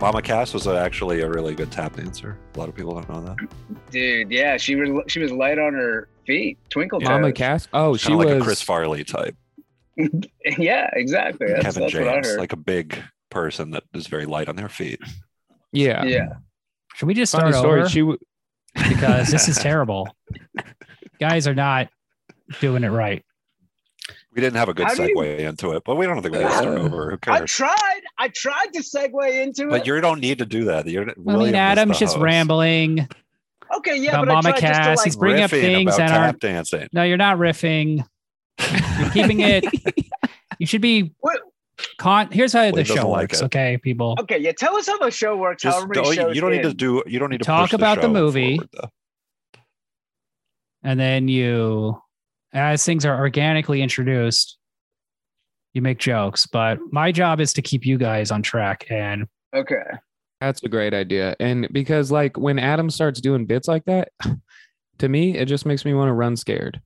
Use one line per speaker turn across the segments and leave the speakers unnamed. Mama Cass was actually a really good tap dancer. A lot of people don't know that.
dude. Yeah, she was she was light on her feet, twinkle toes.
Mama Cass. Oh, she
Kind of like
was
a Chris Farley type,
yeah, exactly. That's,
Kevin
that's what I
James,
heard.
like a big person that is very light on their feet.
Yeah.
yeah,
Should we just
Funny
start
story.
over?
She w-
because this is terrible. Guys are not doing it right.
We didn't have a good
How do you-
segue into it, but we don't think we need to start over. Who
I
cares?
tried. I tried to segue into
But
it.
you don't need to do that. You're,
I mean,
William is
Adam's
the
just
host.
rambling.
Okay, yeah,
about
but I
Mama
tried
Cass,
just
he's
to like.
Bring up
Riffing
things
about
that
tap
aren't-
dancing.
No, you're not riffing. You're keeping it. you should be.
What?
Con- Here's how the
Wade
show
doesn't like
works,
it.
okay, people.
Okay, yeah. Tell us how the show works.
Just
however many
don't,
shows
you don't need to
in.
do. You don't need to
Talk
push the
about the
show
movie.
forward, though.
And then you, as things are organically introduced, you make jokes. But my job is to keep you guys on track. And
Okay.
That's a great idea. And because like when Adam starts doing bits like that, to me, it just makes me want to run scared.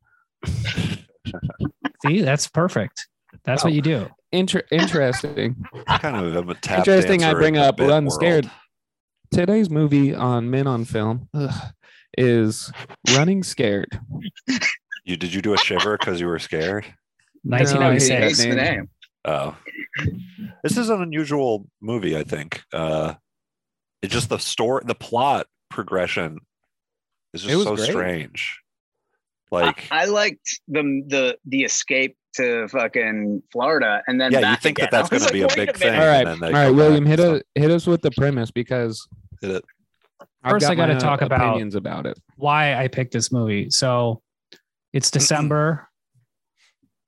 see, that's perfect. That's what you do.
Inter- interesting.
kind of a tap
interesting. I
dancer
bring
in the
up
bit
Run
world.
Scared. Today's movie on Men on Film ugh, is Running Scared.
You did you do a shiver because you were scared?
Yeah,
1996.
Ace the
name.
name.
Oh, this is an unusual movie. I think uh, it's just the story, the plot progression is just
It was
so
great.
strange. Like,
I liked the the the escape to fucking Florida, and then
yeah, you
back
think that
again.
that's
I was
going to be a
like, wait
big
minute.
thing.
All right,
and
all
then they
right,
come back
William, hit
and
a, hit us with the premise because
stuff. Hit it.
I've
First, I gotta
my uh,
talk about-
opinions about it.
why I picked this movie. So it's December.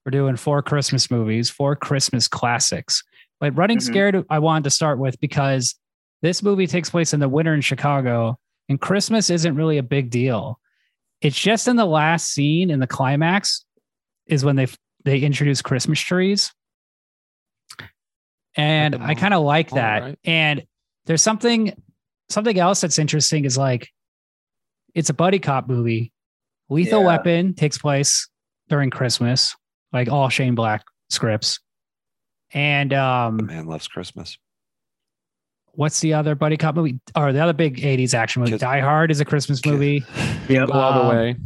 We're doing four Christmas movies, four Christmas classics. But Running
Mhm.
Scared, I wanted to start with because this movie takes place in the winter in Chicago, and Christmas isn't really a big deal. It's just in the last scene in the climax is when they they introduce Christmas trees. And
the
I kind of like
mall,
that.
right?
And there's something something else that's interesting is like it's a buddy cop movie. Lethal
Yeah.
Weapon takes place during Christmas, like all Shane Black scripts. And
The
um
man loves Christmas.
what's the other buddy cop movie? Or the other big 80s action movie.
Kids-
Die Hard is a Christmas
Kid-
movie.
Go all the
Um,
way.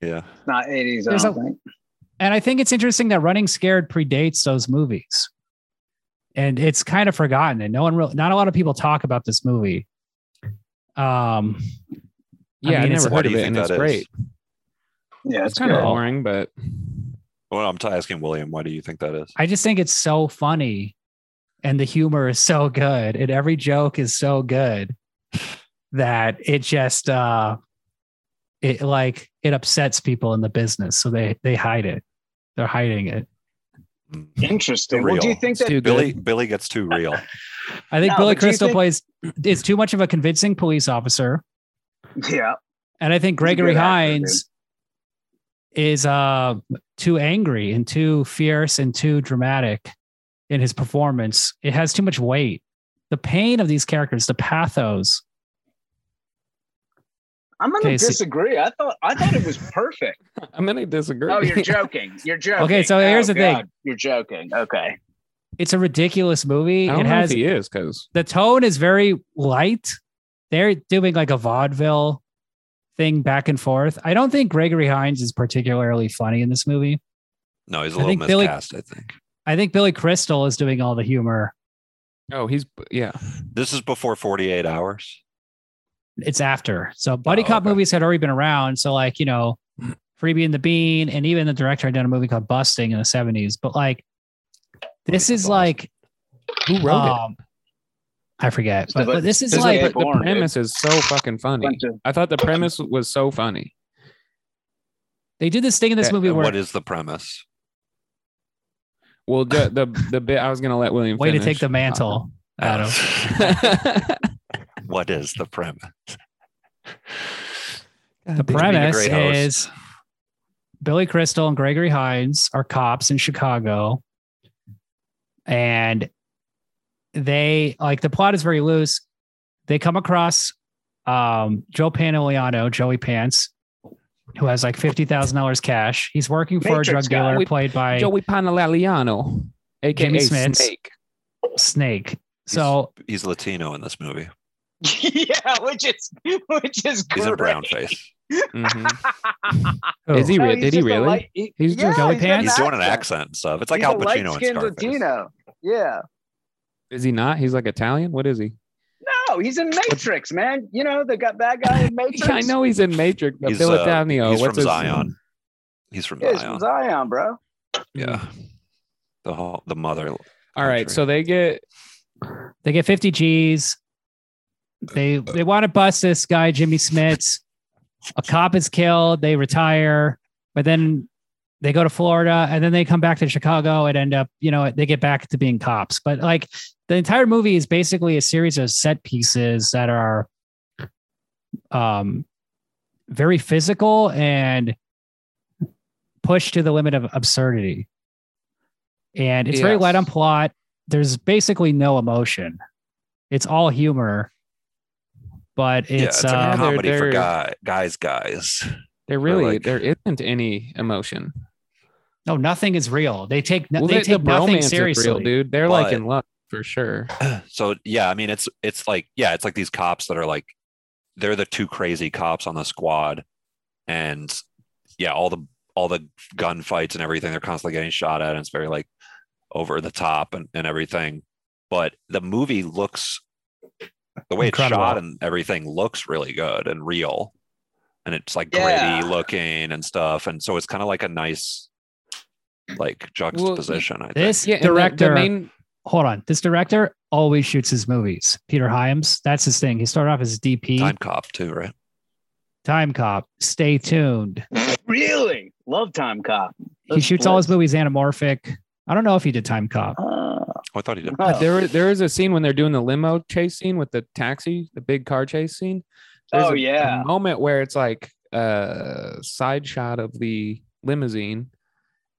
Yeah,
It's not eighties.
There's
I
a-
don't think.
And I think it's interesting that Running Scared predates those movies. And it's kind of forgotten and no one really not a lot of people talk about this movie. Um
Yeah, I,
mean, it's
never
a-
Why
heard
do
of
you
it,
think
and
that
it's
is?
great.
Yeah,
It's kind of
good.
boring, but
Well, I'm t- asking William, why do you think that is?
I just think it's so funny and the humor is so good and every joke is so good that it just uh it like it upsets people in the business so they they hide it. They're hiding it.
Mm.
interesting. Well, do you
Real.
think
it's
that?
too
Billy
good.
Billy gets too real.
I think
No,
Billy
but do you
Crystal
think-
plays is too much of a convincing police officer.
Yeah,
And I think
He's a good
Gregory
actor,
Hines is uh, too angry and too fierce and too dramatic in his performance. It has too much weight. The pain of these characters, the pathos.
I'm going to
Okay, so-
disagree. I thought I thought it was perfect.
I'm gonna disagree.
oh, you're joking. You're joking.
Okay, so
Oh,
here's the thing.
God, You're joking. Okay.
It's a ridiculous
I
movie.
don't
It
know
has
if he is because
the tone is very light. They're doing like a vaudeville thing back and forth. I don't think Gregory Hines is particularly funny in this movie.
No, he's a
I
little
think Billy-
miscast. I think
I think Billy Crystal is doing all the humor.
oh, he's yeah.
this is before 48 hours.
it's after. So buddy
Oh,
cop
okay.
movies had already been around. So like, you know, Freebie and the Bean, and even the director had done a movie called Busting in the 70s. But like this
Movie
is
called
like
Who wrote it?
um, I forget.
It's
But,
about-
but this is
it's
It's like,
like
Yeah,
the-
but born,
the premise is so fucking funny.
Bunch of-
I thought the premise was so funny.
they did this thing in this
Yeah,
movie
And
where
what is the premise?
Well, the the, the bit I was gonna let William
way
finish.
to
Uh,
take the mantle,
Uh-huh.
Adam.
what is the premise?
The
Being a
premise
great host.
is Billy Crystal and Gregory Hines are cops in Chicago. And they like the plot is very loose. They come across um, Joe Panigliano, Joey Pants, who has like $50,000 cash. He's working for a drug
Matrix guy.
dealer
We-
played by
Joey Panalaliano, aka
Jimmy Smits.
Snake.
Snake. So
He's Latino in this movie.
yeah, which is which is great.
He's in brown face.
Mhm.
who?
Is he
No,
re- did he
he's just a
really?
light- he-
He's
yeah,
just
Jelly
got
Pants?
He's doing an accent and stuff. It's like
He's
Al
a
Pacino in
light-skinned
Scarface.
Latino. Yeah.
Is he not? He's like Italian. What is he?
No, he's in Matrix, man. You know the got that guy in Matrix.
Yeah, I know he's in Matrix, but
He's, uh,
Philadelphia.
he's
what's
from
his
Zion. He's from
Yeah, he's
Zion.
from Zion, bro.
Yeah. The whole, the mother.
All right,
country.
so they get
They get 50 G's. They they want to bust this guy, Jimmy Smits. A cop is killed. They retire, but then they go to Florida and then they come back to Chicago and end up, you know, they get back to being cops. But like the entire movie is basically a series of set pieces that are um very physical and pushed to the limit of absurdity. And it's very
Yes.
light on plot. There's basically no emotion. It's all humor. But
yeah, it's
it's,
like
uh,
a
they're-
comedy for
they're-
guy, guys, guys.
there really
like-
there isn't any emotion.
no nothing is real. They take no-
Well,
they
the- the
take nothing
bromance is real,
seriously.
dude. They're like
But-
in love for sure.
So yeah, I mean, it's it's like yeah, it's like these cops that are like they're the two crazy cops on the squad, and yeah, all the all the gunfights and everything they're constantly getting shot at, and it's very like over the top and, and everything. But the movie looks the way
Incredible.
it's shot and everything looks really good and real, and it's like
Yeah.
gritty looking and stuff, and so it's kind of like a nice like juxtaposition. I think.
This
Yeah, and the-
director
The, main,
hold on. This director always shoots his movies. Peter Hyams, that's his thing. He started off as DP,
Time
Time,
Cop too, right?
Cop. Stay tuned.
Really love Time Cop.
he shoots all his movies anamorphic. I don't know if he did Time Cop.
Uh,
Oh, I thought he did.
oh.
there there is a scene when they're doing the limo chase scene with the taxi, the big car chase scene.
Oh,
a- a
yeah.
moment where it's like a side shot of the limousine,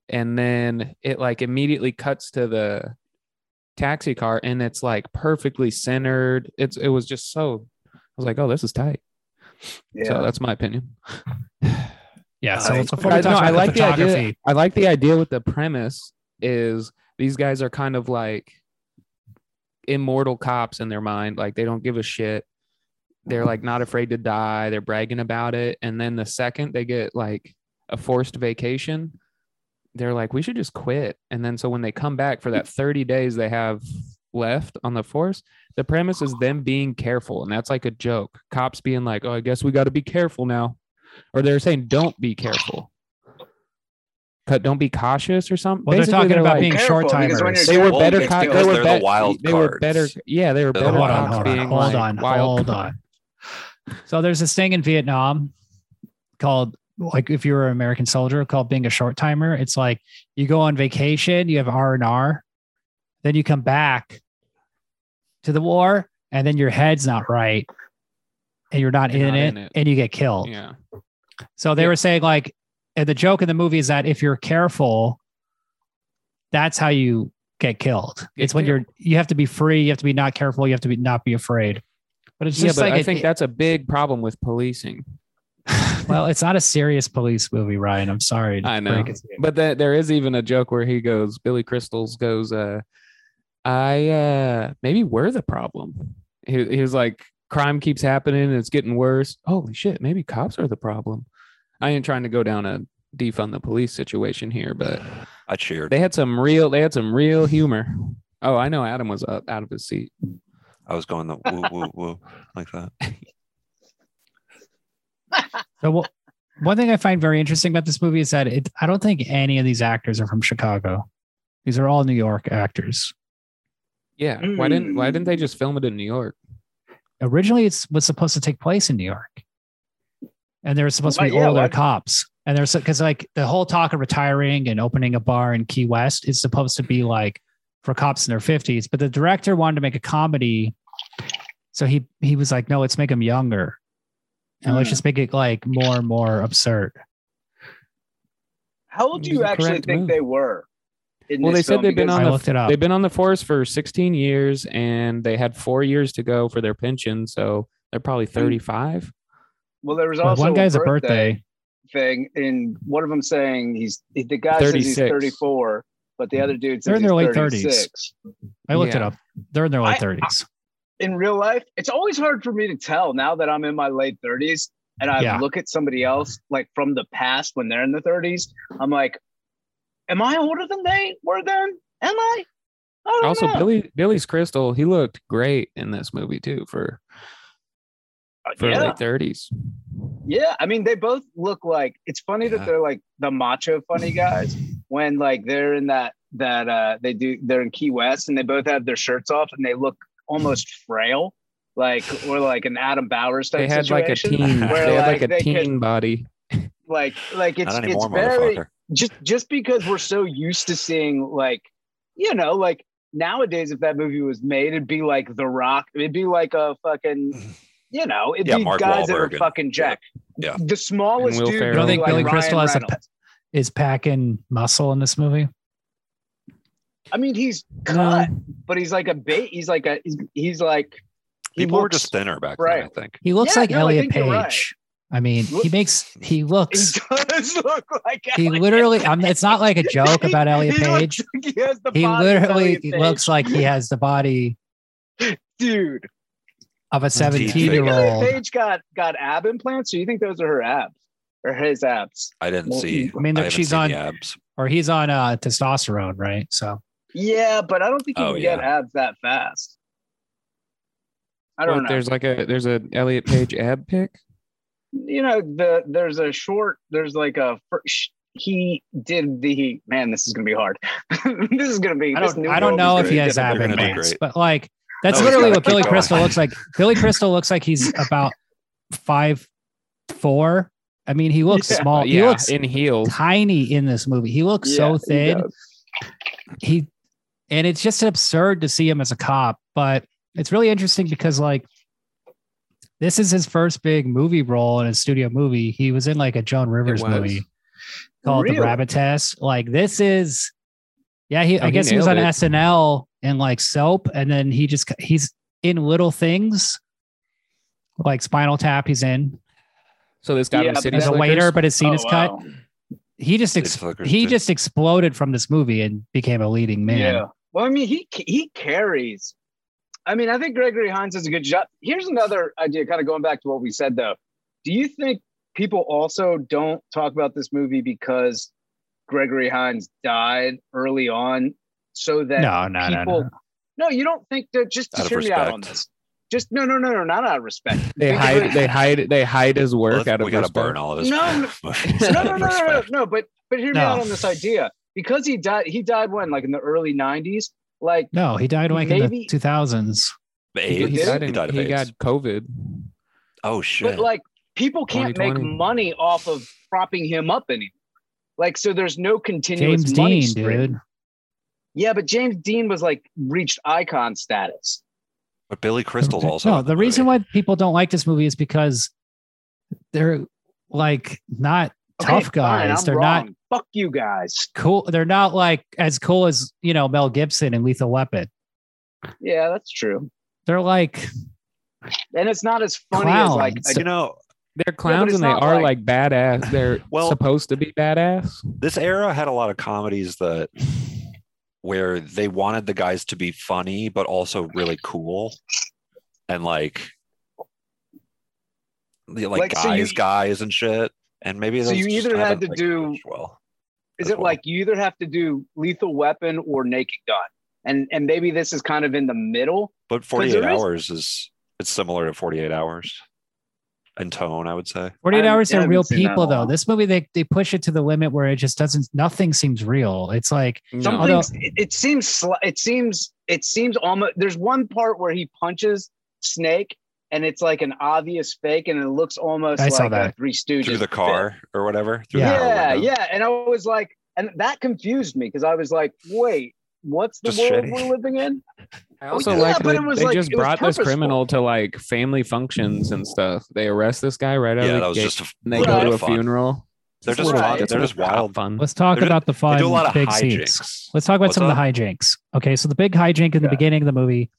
and then it like immediately cuts to the taxi car, and it's like perfectly centered. It's it was just so. I was like, oh, this is tight. So
yeah.
that's my opinion.
Yeah.
I-
So before
I,
we
no,
talk
I
about
like the idea.
photography,
I like the idea with the premise is these guys are kind of like immortal cops in their mind. Like they don't give a shit. They're like not afraid to die. They're bragging about it. And then the second they get like a forced vacation, they're like, we should just quit. And then so when they come back for that 30 days they have left on the force, the premise is them being careful. And that's like a joke. Cops being like, oh, I guess we got to be careful now. Or they're saying, don't be careful. Cut, don't be cautious or something.
Well, they're
Basically,
talking about
like-
being
Careful,
short
because when
timers.
you're
they were
Well,
better
it's
cops.
because
They were
they're the
better.
wild
they were better.
cards.
Yeah, they were
They're the
better.
Hold on,
cops
hold on,
being
hold
like
on,
wild
hold
cards.
on. So there's this thing in Vietnam called like if you were an American soldier called being a short timer. It's like you go on vacation, you have R and R, then you come back to the war, and then your head's not right, and you're not,
You're
in,
not
it,
in it.
and you get killed.
Yeah,
So they
Yeah.
were saying like, and the joke in the movie is that if you're careful, that's how you get killed.
Get
it's when you're you have to be free, you have to be not careful, you have to be not be afraid. But it's
yeah,
just
but
like
I
it-
think that's a big problem with policing.
well, it's not a serious police movie, Ryan. I'm sorry. to
I know.
break it to you.
But that there is even a joke where he goes, Billy Crystals goes, uh, I uh, maybe we're the problem. He, he was like, crime keeps happening and it's getting worse. Holy shit, maybe cops are the problem. I ain't trying to go down a defund the police situation here, but
I cheered.
they had some real, they had some real humor. Oh, I know Adam was up out of his seat.
I was going the woo woo woo like that.
So wha- one thing I find very interesting about this movie is that it, I don't think any of these actors are from Chicago. These are all New York actors.
Yeah, why didn't why didn't they just film it in New York?
Originally, it was supposed to take place in New York, and there were supposed to be
Why- yeah,
older
why-
cops. And there's because like the whole talk of retiring and opening a bar in Key West is supposed to be like for cops in their 50s, but the director wanted to make a comedy, so he he was like, no, let's make them younger. and let's
Mm.
just make it like more and more absurd.
How old do
It was
you
the
actually
correct
think
move.
they were? in
Well, they
this
said
film?
they've been
Because-
on
I
the
looked it up.
They've been on the force for 16 years and they had four years to go for their pension, so they're probably 35.
Well, there was
Well,
also
one guy's a birthday.
thing, and one of them saying he's he- the guy says he's
36.
34, but the other dude says
They're in
he's
their late
36.
30s. I looked it
Yeah.
up. They're in their late
I-
thirties.
in real life, it's always hard for me to tell now that I'm in my late 30s and I
Yeah.
look at somebody else like from the past when they're in the 30s. I'm like, am I older than they were then? Am I? I don't
Also,
know.
Billy Billy's Crystal, he looked great in this movie too for for
Uh, yeah.
late thirties.
yeah. I mean, they both look like it's funny
Yeah.
that they're like the macho funny guys when like they're in that that uh they do they're in Key West and they both have their shirts off and they look almost frail. Like or like an Adam Bowers type
They had like a
situation.
teen.
where,
They had like
like,
a
they could-
teen body.
like like it's
Not
it's
anymore,
very
motherfucker.
just just because we're so used to seeing like you know like nowadays if that movie was made it'd be like the rock it'd be like a fucking you know it'd
Yeah,
be
Mark
guys
Wahlberg
that are
and-
fucking jack
yeah.
the smallest
And Will
dude
Ferrell.
would
You don't
be
think
like
Billy
Ryan
Crystal has a
Reynolds.
Is packing muscle in this movie?
I mean he's
Mm.
cut but he's like a bait he's like a he's, he's like he
People were
looks-
just thinner back
right.
then, I think.
He looks
Yeah,
like
no, I
Elliot
think you're
Page.
right.
I mean, he
Look-
makes he looks.
he does look like
He
Elliot
literally. I'm, it's not like a joke about Elliot
He looks
Page.
like he, has the
He
body of
literally
Elliot Page.
looks like he has the body
dude
of a
think Elliot
17 year
Elliot
old.
Page got got ab implants. Do you think those are her abs or his abs?
I didn't
Well,
see.
I mean,
I
there-
haven't
she's
seen
on-
the abs.
Or he's on uh, testosterone, right? So
Yeah, but I don't think you
Oh,
can get abs that fast. I don't
What,
know.
there's like a there's a Elliot Page ab pick.
you know, the there's a short. There's like a fir- sh- he did the man. This is gonna be hard. this is gonna be.
I
this
don't.
new
I don't
world is
know if
gonna
he
be
has
difficult
ab
gonna
for
be
me.
implants,
great.
but like
No,
that's
he's
literally
gotta
what
keep
Billy
going.
Crystal looks like. Billy Crystal looks like he's about five four. I mean, he looks
Yeah.
small. Oh, He
yeah,
looks
in heels.
tiny in this movie. He looks
Yeah,
so
he
thin.
does.
he and it's just absurd to see him as a cop but it's really interesting because like this is his first big movie role in a studio movie he was in like a joan rivers
was.
movie called the
Really?
rabbit test like this is yeah he,
Oh,
i
he
guess he was on
nailed it.
snl and like soap and then he just he's in little things like spinal tap he's in
So this guy
Yeah,
was City
as a
Slickers?
waiter but his scene
Oh,
is cut
wow.
he just
City
ex-
Slickers
he
too.
just exploded from this movie and became a leading man
Yeah. Well, I mean, he he carries. I mean, I think Gregory Hines does a good job. Here's another idea, kind of going back to what we said though. Do you think people also don't talk about this movie because Gregory Hines died early on, so that
no no no,
people?
no
No, you don't think that. Just to
Out of
hear me out on
respect.
this. Just no, no, no, no, not out of respect.
They
Because-
hide. They hide. They hide his
Well,
work
let's-
out of
we gotta
respect.
burn all of his.
No, no.
movies
no,
out
no,
of
no, no, no,
respect.
no. But but hear me
No.
out on this idea because he died. He died when, like in the early '90s. Like
No, he died like in the
Maybe-
2000s.
AIDS?
He
did?
died.
He
in-
died of
he
AIDS.
got COVID.
Oh shit!
But like people can't make
2020.
money off of propping him up anymore. Like so there's no continuous
James
money
Dean,
stream.
dude.
Yeah, but James Dean was like reached icon status.
But Billy Crystal's also.
No,
in
the, reason
movie.
why people don't like this movie is because they're like not tough
Okay, fine,
guys.
I'm
they're not
wrong. Fuck you guys.
cool. They're not like as cool as, you know, Mel Gibson and Lethal Weapon.
Yeah, that's true.
They're like,
And it's not as funny as like
Clowns.
you know
They're clowns
it's
and they
not
are like,
like-
badass. They're
Well-
supposed to be badass.
this era had a lot of comedies that where they wanted the guys to be funny but also really cool and like the- like,
Like, so you-
guys guys and shit and maybe
So
those
you
just
either had
haven't,
to
like,
do-
aged well
is
as
it
well.
like you either have to do lethal weapon or naked gun? And and maybe this is kind of in the middle.
but 48
there is-
hours is... it's similar to 48 hours in tone i would say
48
I-
hours
yeah, I
are
haven't
real
seen that
people,
in a
though.
while.
This movie, they, they push it to the limit where it just doesn't, nothing seems real. It's like,
No.
Something
Although-
it, it seems sli- it seems it seems almost there's one part where he punches Snake and it's like an obvious fake and it looks almost
I
like
saw
a
that.
Three Stooges.
through the car or whatever through the car
Yeah, yeah,
window.
And I was like, and that confused me because I was like, wait, what's the
Just
world
shitty.
we're living in?
I also
yeah,
like
but
that
it was
they
like-
just
it was
brought this
purposeful.
criminal to like family functions and stuff. They arrest this guy right out
yeah
of
that
the
was
gate,
just a,
and they
Right.
go to a
fun.
funeral.
They're
It's a
just
little-
fun.
it's
They're
a
just
little
wild.
fun.
let's talk
Mm-hmm. They're-
about the fun.
they do a lot of
big
hijinks
scenes. Let's talk about
What's
some of the
up?
hijinks. Okay, so the big hijink in the
Yeah.
beginning of the movie,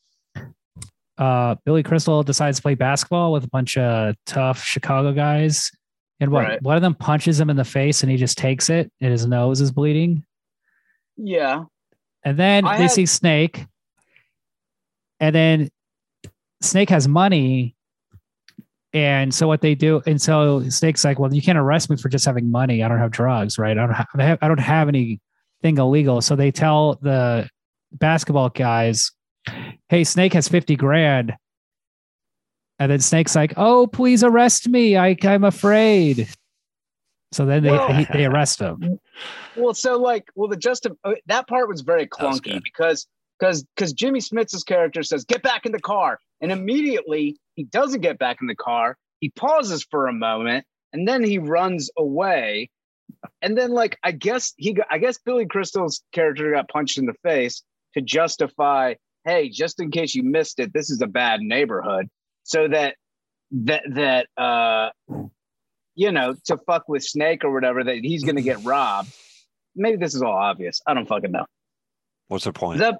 uh, Billy Crystal decides to play basketball with a bunch of tough Chicago guys, and what
Right.
one of them punches him in the face, and he just takes it, and his nose is bleeding.
Yeah.
And then
I
they
had-
see Snake, and then Snake has money. And so what they do, and so Snake's like, well, you can't arrest me for just having money. I don't have drugs, right? I don't have, I have- I don't have anything illegal. So they tell the basketball guys, hey, Snake has 50 grand. And then Snake's like, oh, please arrest me. I, I'm afraid. So then they,
Well-
they, they arrest him.
Well, so like, well, the just that part was very
That was
clunky
good.
because because because Jimmy Smith's character says, "Get back in the car," and immediately he doesn't get back in the car. He pauses for a moment and then he runs away. And then, like, I guess he, got, I guess Billy Crystal's character got punched in the face to justify, "Hey, just in case you missed it, this is a bad neighborhood," so that that that uh, you know, to fuck with Snake or whatever, that he's going to get robbed maybe this is all obvious. I don't fucking know.
What's the
Is
point?
that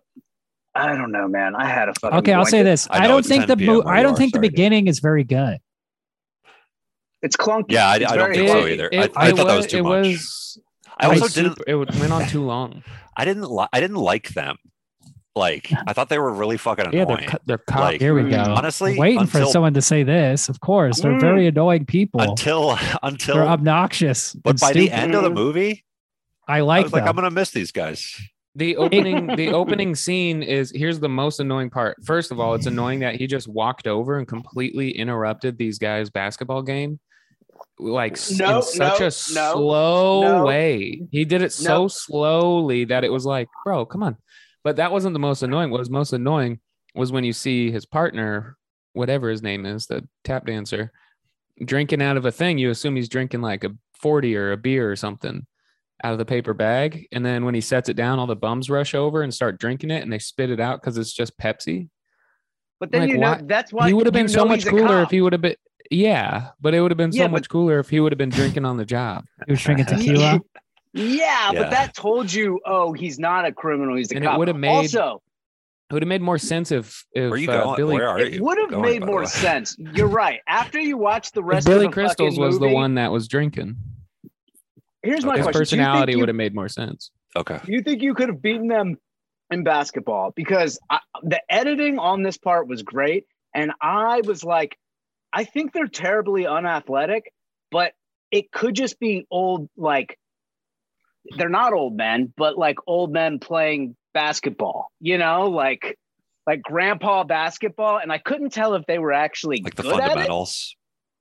I don't know, man. I had a fucking.
Okay, I'll
blanket.
say this.
I
I,
know
don't
it's
think
10
the
PM
mo-
where
I
you
don't
are,
think the
sorry.
beginning is very good.
It's clunky.
Yeah, I-
It's
I don't
very
think so
clunky.
either. I- I thought that was too
it
much.
Was,
I also
like,
didn't.
super- It went on too long.
I didn't. Li- I didn't like them. Like I thought they were really fucking
yeah,
annoying.
they're co- they're cops.
Like,
Here we
Mm.
go.
honestly,
waiting for
until-
someone to say this. Of course, they're
Mm.
very annoying people.
until until.
they're obnoxious.
but
and
by the
stupid.
end of the movie,
I
I
like
was like,
them.
I'm gonna miss these guys.
the opening the opening scene is here's the most annoying part. First of all, it's annoying that he just walked over and completely interrupted these guys' basketball game. Like s-
No,
in such
no,
a
no,
slow
no.
way. He did it so
No.
slowly that it was like, bro, come on. But that wasn't the most annoying. What was most annoying was when you see his partner, whatever his name is, the tap dancer, drinking out of a thing. You assume he's drinking like a 40 or a beer or something out of the paper bag. And then when he sets it down, all the bums rush over and start drinking it and they spit it out because it's just Pepsi.
But then
Like,
you know
why-
that's why
he would have
you
been so
know
much
he's a
cooler if
cop.
he would have been, yeah, but it would have been so
Yeah, but-
much cooler if he would have been drinking on the job.
He was drinking tequila.
Yeah,
Yeah.
but that told you, oh, he's not a criminal. He's a
And it
cop.
would've made-
also.
It would have made more sense if, if
Where you
uh,
going?
Billy,
Where are
It
you?
would have
going,
made
by the
more
way?
sense. You're right. After you watch the
if
rest of
Billy
the
Crystals
fucking
was the
movie-
one that was drinking,
Here's my
Okay.
his
question: Do you think
personality
you-
would have made more sense.
Okay.
Do you think you could have beaten them in basketball? Because I, the editing on this part was great. And I was like, I think they're terribly unathletic, but it could just be old, like, they're not old men, but like old men playing basketball, you know, like, like grandpa basketball. And I couldn't tell if they were actually
Like the
good at it.
fundamentals.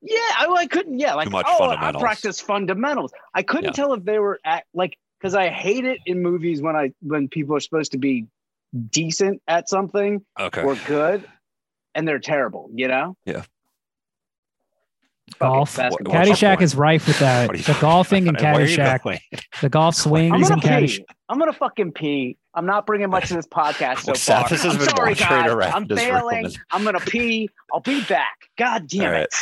Yeah, I, I couldn't. Yeah, like
Too much
oh,
fundamentals.
I practice fundamentals. I couldn't
Yeah.
tell if they were at like because I hate it in movies when I when people are supposed to be decent at something
Okay.
or good, and they're terrible. You know,
Yeah.
Fuck it,
Golf.
basketball. What's your
Caddyshack
point?
is rife with that.
What are you
The golfing and
Where are you
Caddyshack.
going?
The golf
I'm
swings
gonna
and Caddyshack.
pee. I'm gonna fucking pee. I'm not bringing much to this podcast so
Well,
far.
Seth, this has
I'm
been
sorry,
going straight
guys.
around
I'm
this room.
failing. I'm gonna pee. I'll be back. God damn
All right.
it!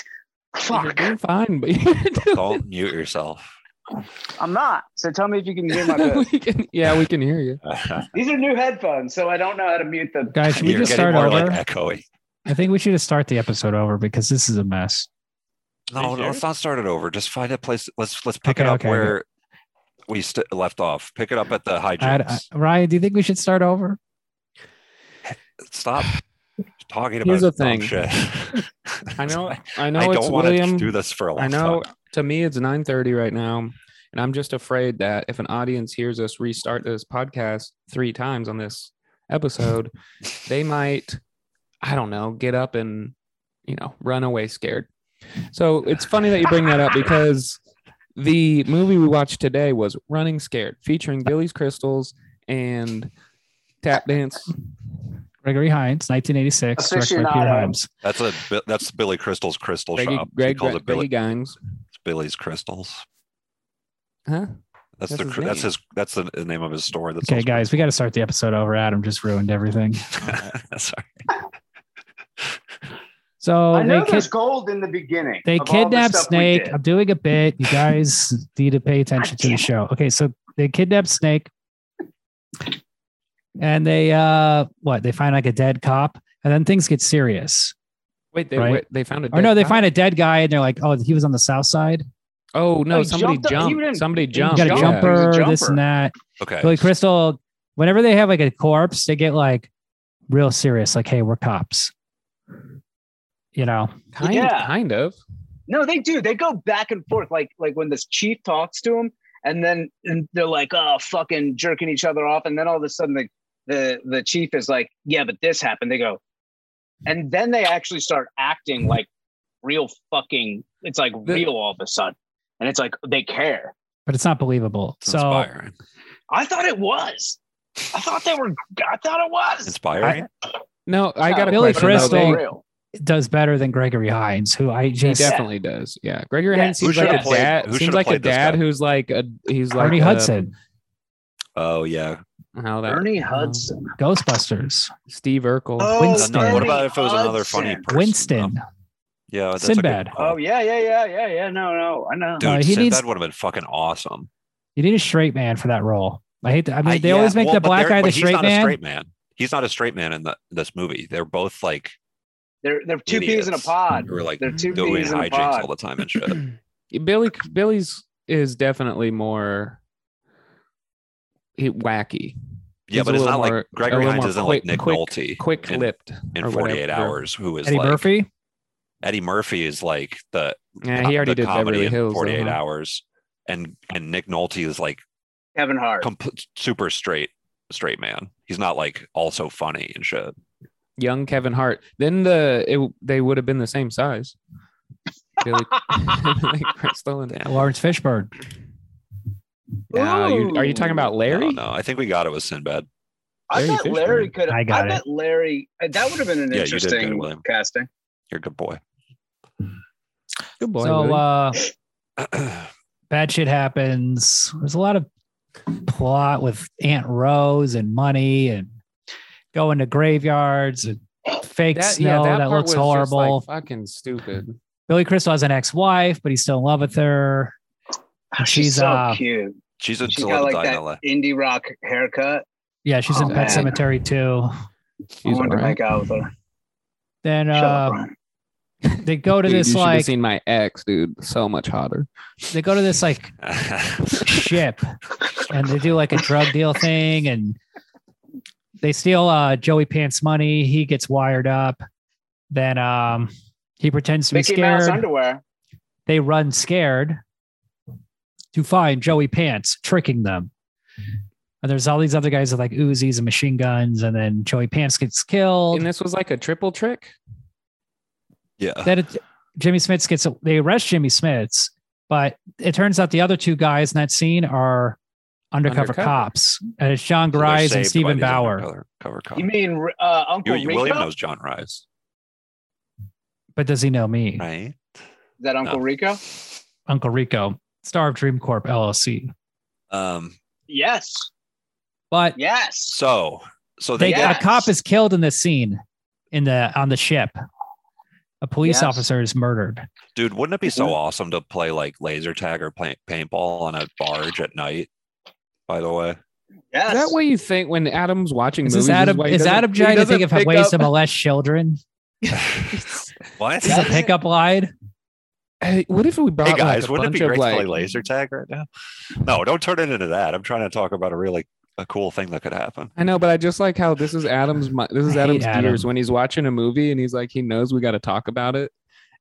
You're
Fuck,
doing fine, but you're doing-
Don't mute yourself.
I'm not. So tell me if you can hear my piss.
we can, yeah, we can hear you.
These are new headphones, so I don't know how to mute them.
Guys, should we
You're
just
getting
start
more
over?
like echoey.
I think we should just start the episode over because this is a mess.
No, no,
sure?
let's not start it over. Just find a place. Let's let's pick it
Okay,
up
okay,
where we st- left off. Pick it up at the
I,
hydrants.
I- uh, Ryan, do you think we should start over?
Stop talking about
Here's the
dumb
thing.
shit.
I know, I know
I
it's
don't want
William.
to do this for a long
I know.
time.
To me, it's 9:30 right now, and I'm just afraid that if an audience hears us restart this podcast three times on this episode, they might, I don't know, get up and you know run away scared. So it's funny that you bring that up because the movie we watched today was Running Scared, featuring Billy's Crystals and tap dance.
Gregory Hines, 1986, directed by Peter
Aficionado.
Himes.
That's a bi- that's Billy Crystal's crystal
Greggy,
shop.
Greg,
he calls
Greg,
it Billy,
Greggy Gines,
Billy's crystals.
huh?
That's,
That's
the
his
cr- that's
name.
his that's the, the name of his store. That's
Okay, guys, we got to start the episode over. Adam just ruined everything.
Sorry.
So
I
they
know
kid-
there's gold in the beginning.
they
of all the
kidnap
stuff we
Snake.
did.
I'm doing a bit. You guys need to pay attention to the show. Okay, so they kidnap Snake, and they uh, what? They find like a dead cop, and then things get serious.
Wait, they
Right.
wait, they found a
Or no,
dead
they
guy?
find a dead guy, and they're like, "Oh, he was on the south side.
Oh no!
he
somebody
jumped
jumped.
up- he didn't-
somebody
he
You
jumped.
got
yeah.
a
He was a
jumper, this
jumper.
and that."
Okay.
Billy Crystal, whenever they have like a corpse, they get like real serious, like, hey, we're cops. You know,
Kind,
Yeah.
kind of.
No, they do. They go back and forth. Like like when this chief talks to him, and then and they're like, "Oh, fucking jerking each other off," and then all of a sudden the the the chief is like, "Yeah, but this happened." They go, and then they actually start acting like real fucking. It's like
The-
real all of a sudden, and it's like they care.
but it's not believable.
It's
so
inspiring.
I thought it was. I thought they were. I thought it was.
Inspiring.
No, I
No,
got a
Billy
but it
question. though.
was
Crystal-
They-
real.
it does better than Gregory Hines, who I
He
just
definitely does. Yeah, Gregory
Yeah.
Hines
Who
seems
should've
like a
played-
dad.
who
Seems
should've
like a
played this
dad
guy?
who's like a he's like
Ernie
uh,
a-
Hudson,
Oh yeah.
How that
Ernie Hudson.
Ghostbusters,
Steve Urkel.
Winston.
Another- what
Oh, Ernie
about if it was another funny
Hudson.
person?
Winston.
though? yeah, that's a good
Sinbad.
call.
Oh yeah, yeah, yeah, yeah, yeah. No, no, I know.
Dude,
No, he
Sinbad
needs-
would have been fucking awesome.
You need a straight man for that role. I hate that. I
I-
mean, they
yeah,
always make
well,
the
but
black
they're-
guy
but
the
he's
straight
not
man.
A straight man. He's not a straight man in the, this movie. They're both like
They're they're two peas in a
idiots
pod.
who are like
They're two
doing
peas in a
hijinks
pod.
all the time and shit.
Billy Billy's is definitely more he, wacky,
Yeah,
He's
but
a
it's
little
not
more-
like
a
Gregory
little
Hines
more
isn't
quick-
like Nick
quick-
Nolte
quick
in-
lipped.
in,
or
48
whatever.
hours who is
Eddie
like
Murphy.
Eddie Murphy is like the
Yeah, he already
the
did
comedy
Beverly
in
Hills. uh-huh. though,
48
huh?
hours and and Nick Nolte is like
Kevin Hart.
complete super straight straight man. He's not like also funny and shit.
Young Kevin Hart. Then the it, they would have been the same size. Billy, Billy Crystal and
Damn.
Lawrence Fishburne.
now you, are you
Ooh.
talking about
I
Larry?
don't know. I think we got it with Sinbad.
I
Larry
bet
Fishburne.
Larry could.
I
I,
got it.
bet Larry. uh, That would have been an
Yeah, you did good,
interesting
William.
casting.
You're a good boy.
Good boy.
so
Willie.
uh,
yeah,
bad shit happens. There's a lot of plot with Aunt Rose and money and going to graveyards and fake
that,
snow
yeah,
that,
that, part
looks
was just, like,
horrible.
fucking stupid.
Billy Crystal has an ex-wife, but he's still in love with her.
Oh, she's,
She's,
so
uh,
cute.
she's a
She's
till
got
I
like
die in
that
LA.
indie rock haircut.
Yeah, she's in
Oh,
Pet
man.
Cemetery too.
I
She's
wanted to
alright.
make out with her.
Then
Shut up,
uh,
Brian.
they go to
Dude, you
this
should have
like
seen my ex, dude. So much hotter.
they go to this like ship and they do like a drug deal thing and they steal uh Joey Pants money. He gets wired up. Then um he pretends to be
Mickey Mouse
scared.
underwear.
They run scared to find Joey Pants tricking them. And there's all these other guys with like Uzis and machine guns, and then Joey Pants gets killed.
And this was like a triple trick.
yeah.
then it, Jimmy Smits gets they arrest Jimmy Smits, but it turns out the other two guys in that scene are undercover,
Undercover.
cops, and it's John
They're
Grise
saved by
and Stephen
these
Bauer.
undercover- cover cops.
You mean uh, Uncle
You-
Rico?
William knows John Rice,
But does he know me,
Mm.
right?
Is that Uncle
No.
Rico?
Uncle Rico, star of Dream Corp LLC?
Um,
Yes.
But
Yes.
so so
they
they
Yeah.
get
Yes.
a cop is killed in this scene in the on the ship. A police
Yes.
officer is murdered.
dude, wouldn't it be so awesome to play like laser tag or play, paintball on a barge at night? By the way,
Yes.
Is that what you think when Adam's watching
Is
movies?
this Adam?
why he
Is
doesn't-
Adam
he
trying to
doesn't
think of
pick
ways
up-
to molest children?
what?
Is this a pickup line?
Hey, what if we brought
Hey guys,
like, a
wouldn't
bunch
it be
of
great
like
to play laser tag right now? No, don't turn it into that. I'm trying to talk about a really a cool thing that could happen.
I know, but I just like how this is Adam's. mi- This is
I hate
Adam's
Adam.
ears when he's watching a movie and he's like, he knows we got to talk about it,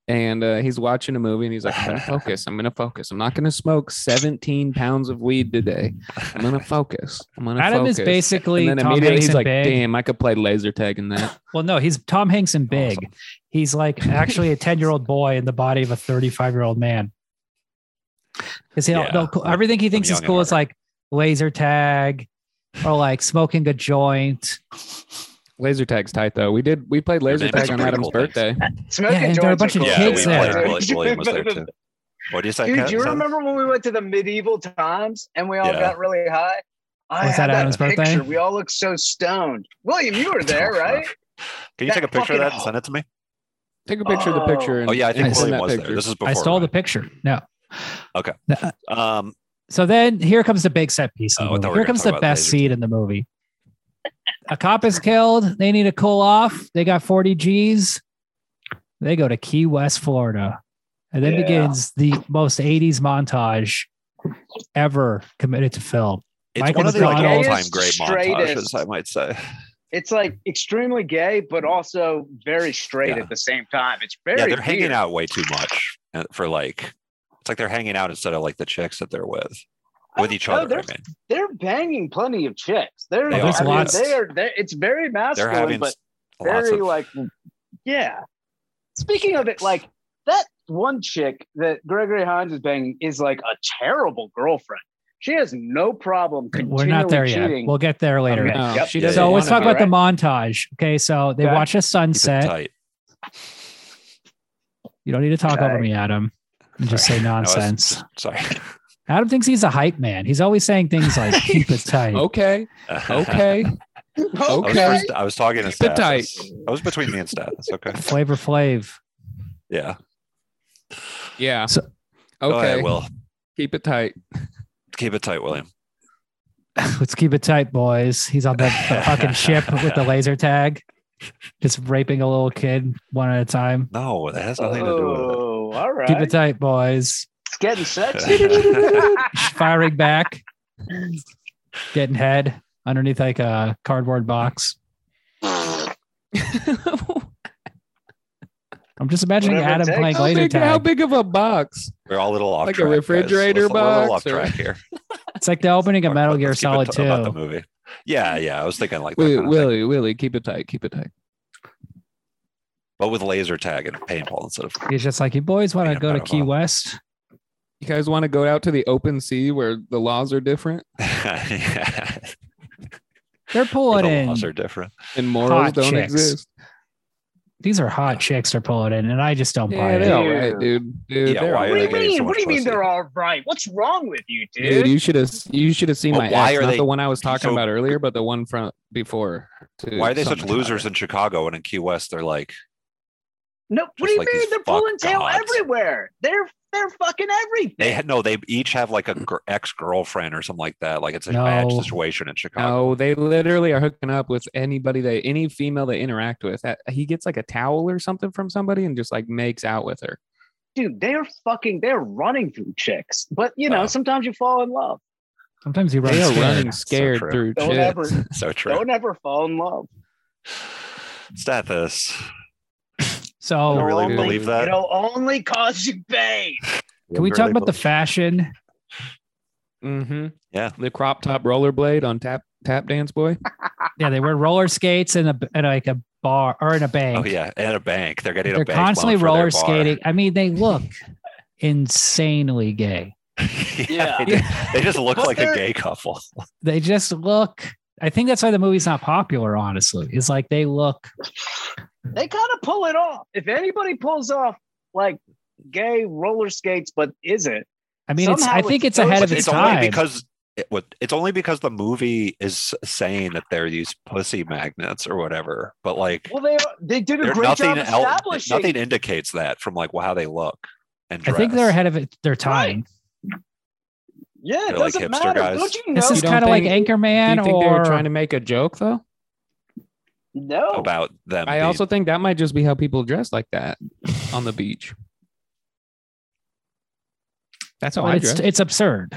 and uh, he's watching a movie and he's like, I'm gonna focus. I'm gonna focus. I'm not gonna smoke 17 pounds of weed today. I'm gonna focus. I'm gonna.
Adam
focus.
is basically
And then
Tom
immediately
Hanks
he's
in
like,
Big.
damn, I could play laser tag in that.
Well, no, he's Tom Hanks in Big. He's like actually a 10 year old boy in the body of a 35 year old man. Because he'll,
Yeah.
they'll- everything he thinks
I'm
is
young at
cool is like laser tag or like smoking a joint.
Laser tag's tight though. We did. We played laser
name is
tag on
pretty
Adam's
cool, thanks.
birthday.
Smoking
Yeah, and there are a
joints
bunch of
cool.
yeah,
kids
we
there.
played. William, William was there too. What do you say?
Dude,
Kat?
do you
Is that-
remember when we went to the medieval times and we all
Yeah.
got really high? I
Was
had
that Adam's birthday?
picture. We all looked so stoned. William, you were there,
Oh,
right?
fuck. Can you
That
take a picture of that
fucking-
and send it to me?
Take a picture of the picture. And,
Oh yeah, I think
and send
William
that
was
picture.
there. This is before
I stole the
mine.
picture. No.
Okay.
Uh,
Um,
So then here comes the big set piece. in the
Oh, I
movie.
thought we were
Here
gonna
comes
talk
the
about
best
laser
scene in the movie. A cop is killed. They need to cool off. They got 40 G's. They go to Key West, Florida. And then
Yeah.
begins the most 80s montage ever committed to film.
it's
Michael
one of the like,
McDonald's-
all-time great
Straightest.
montages, I might say.
It's like extremely gay, but also very straight
Yeah.
at the same time. It's very
yeah, they're hanging
weird.
out way too much uh, for like. It's like they're hanging out instead of like the chicks that they're with, with
Oh,
each
no,
other. I
they're-
mean,
They're banging plenty of chicks. They're,
They
are.
I mean,
Oh, Lots.
they are they it's very
they're
masculine,
having
but
s- lots
very
of.
like yeah speaking of it like that one chick that gregory hines is banging is like a terrible girlfriend she has no problem
We're
continually
not there yet.
cheating
We'll get there later.
Okay.
No,
Yep.
Oh, she doesn't.
Yeah, yeah,
So
yeah.
want
let's
to
talk
be.
about the montage. Okay, so they
Okay.
watch a
keep it
sunset.
tight.
You don't need to talk over
Okay.
me, Adam. And just say
No, it's-
nonsense.
Sorry.
Adam thinks he's a hype man. He's always saying things like "keep it tight."
Okay. Okay.
I was,
Okay.
first- I was talking to
Keep it tight.
Stathis. I was between me and Status. Okay.
Flavor Flav.
Yeah.
Yeah.
So-
Go ahead,
okay.
Will.
Keep it tight.
Keep it tight, William.
Let's keep it tight, boys. He's on the, the fucking ship with the laser tag, just raping a little kid one at a time.
No, that has nothing to do with it.
oh all right
Keep it tight, boys.
it's getting sexy
Firing back, getting head underneath like a cardboard box. I'm just imagining
Whatever it
Adam
takes.
playing
how,
laser
big,
tag.
how big of a box?
We're all a little off
Like a
track, guys.
refrigerator
Let's- We're a little off
box or-
track here.
It's like the opening of
Talk
Metal
about-
Gear
let's keep
Solid
it t- About the
2.
movie. Yeah, yeah. I was thinking like that.
Willie,
kind of thing.
Willie, Willie, keep it tight. Keep it tight.
But with laser tag and paintball instead of.
He's just like, you boys want to
Man,
go to
pedophile.
Key West?
You guys want to go out to the open sea where the laws are different
Yeah.
They're pulling
the
in.
laws are different.
and morals
Hot
don't
chicks.
exist?
These are hot chicks they're pulling in, and I just don't buy
Yeah,
it.
they're all right, dude. Dude,
Yeah,
they're
why
all
are
what do
they
you
right.
getting so
mean what
much
do you mean
pussy?
they're all right what's wrong with you dude,
Dude, you should have you should have seen
But
my
why
ass,
are
not
they-
the one I was talking
So-
about earlier, but the one from before. Dude,
Why are they such
something about
losers
it.
in Chicago and in Key West? They're like,
no what do
Just
you
like
mean
these
they're
fuck
pulling tail
gods.
everywhere they're they're fucking everything
they had no, they each have like a ex girlfriend or something like that. Like it's a bad
No.
situation in Chicago.
No, they literally are hooking up with anybody they any female they interact with. That- He gets like a towel or something from somebody and just like makes out with her.
dude they're fucking they're running through chicks but you know
Oh.
sometimes you fall in love
Sometimes you run.
They are
scared.
running
So
scared
true.
through
Don't ever-
chicks.
So true.
don't ever fall in love
Stathis.
So
You
It'll
really
only-
believe that?
It'll only cause you pain.
can we talk about the fashion?
Mm-hmm.
Yeah.
The crop top rollerblade on tap tap dance boy.
Yeah, they wear roller skates in a in like a bar or in a bank.
Oh yeah, at a bank. They're getting
They're
a bank loan
constantly
for their bar.
roller skating. I mean, they look insanely gay.
yeah, They, do. They just look
But
like a
they're-
gay couple.
They just look. I think that's why the movie's not popular. Honestly, it's like they look.
They kind of pull it off. If anybody pulls off like gay roller skates but isn't,
I mean, it's,
Somehow
I think
it's
it's ahead
those-
of
But
its
it's only
time.
because it, what it's only because the movie is saying that they're these pussy magnets or whatever. But like
well, they they did a
they're
great
nothing
job
else,
establishing.
nothing indicates that from like how they look and
I
dress.
think they're ahead of it, their time.
yeah, it
They're like
doesn't
hipster
matter.
guys.
Don't you know?
This is
You don't
kind of like
think- Do you
Anchorman
think they
or
were trying to make a joke though?
no.
about them.
I
being-
also think that might just be how people dress like that on the beach. That's how
but
I
it's
dress.
it's absurd.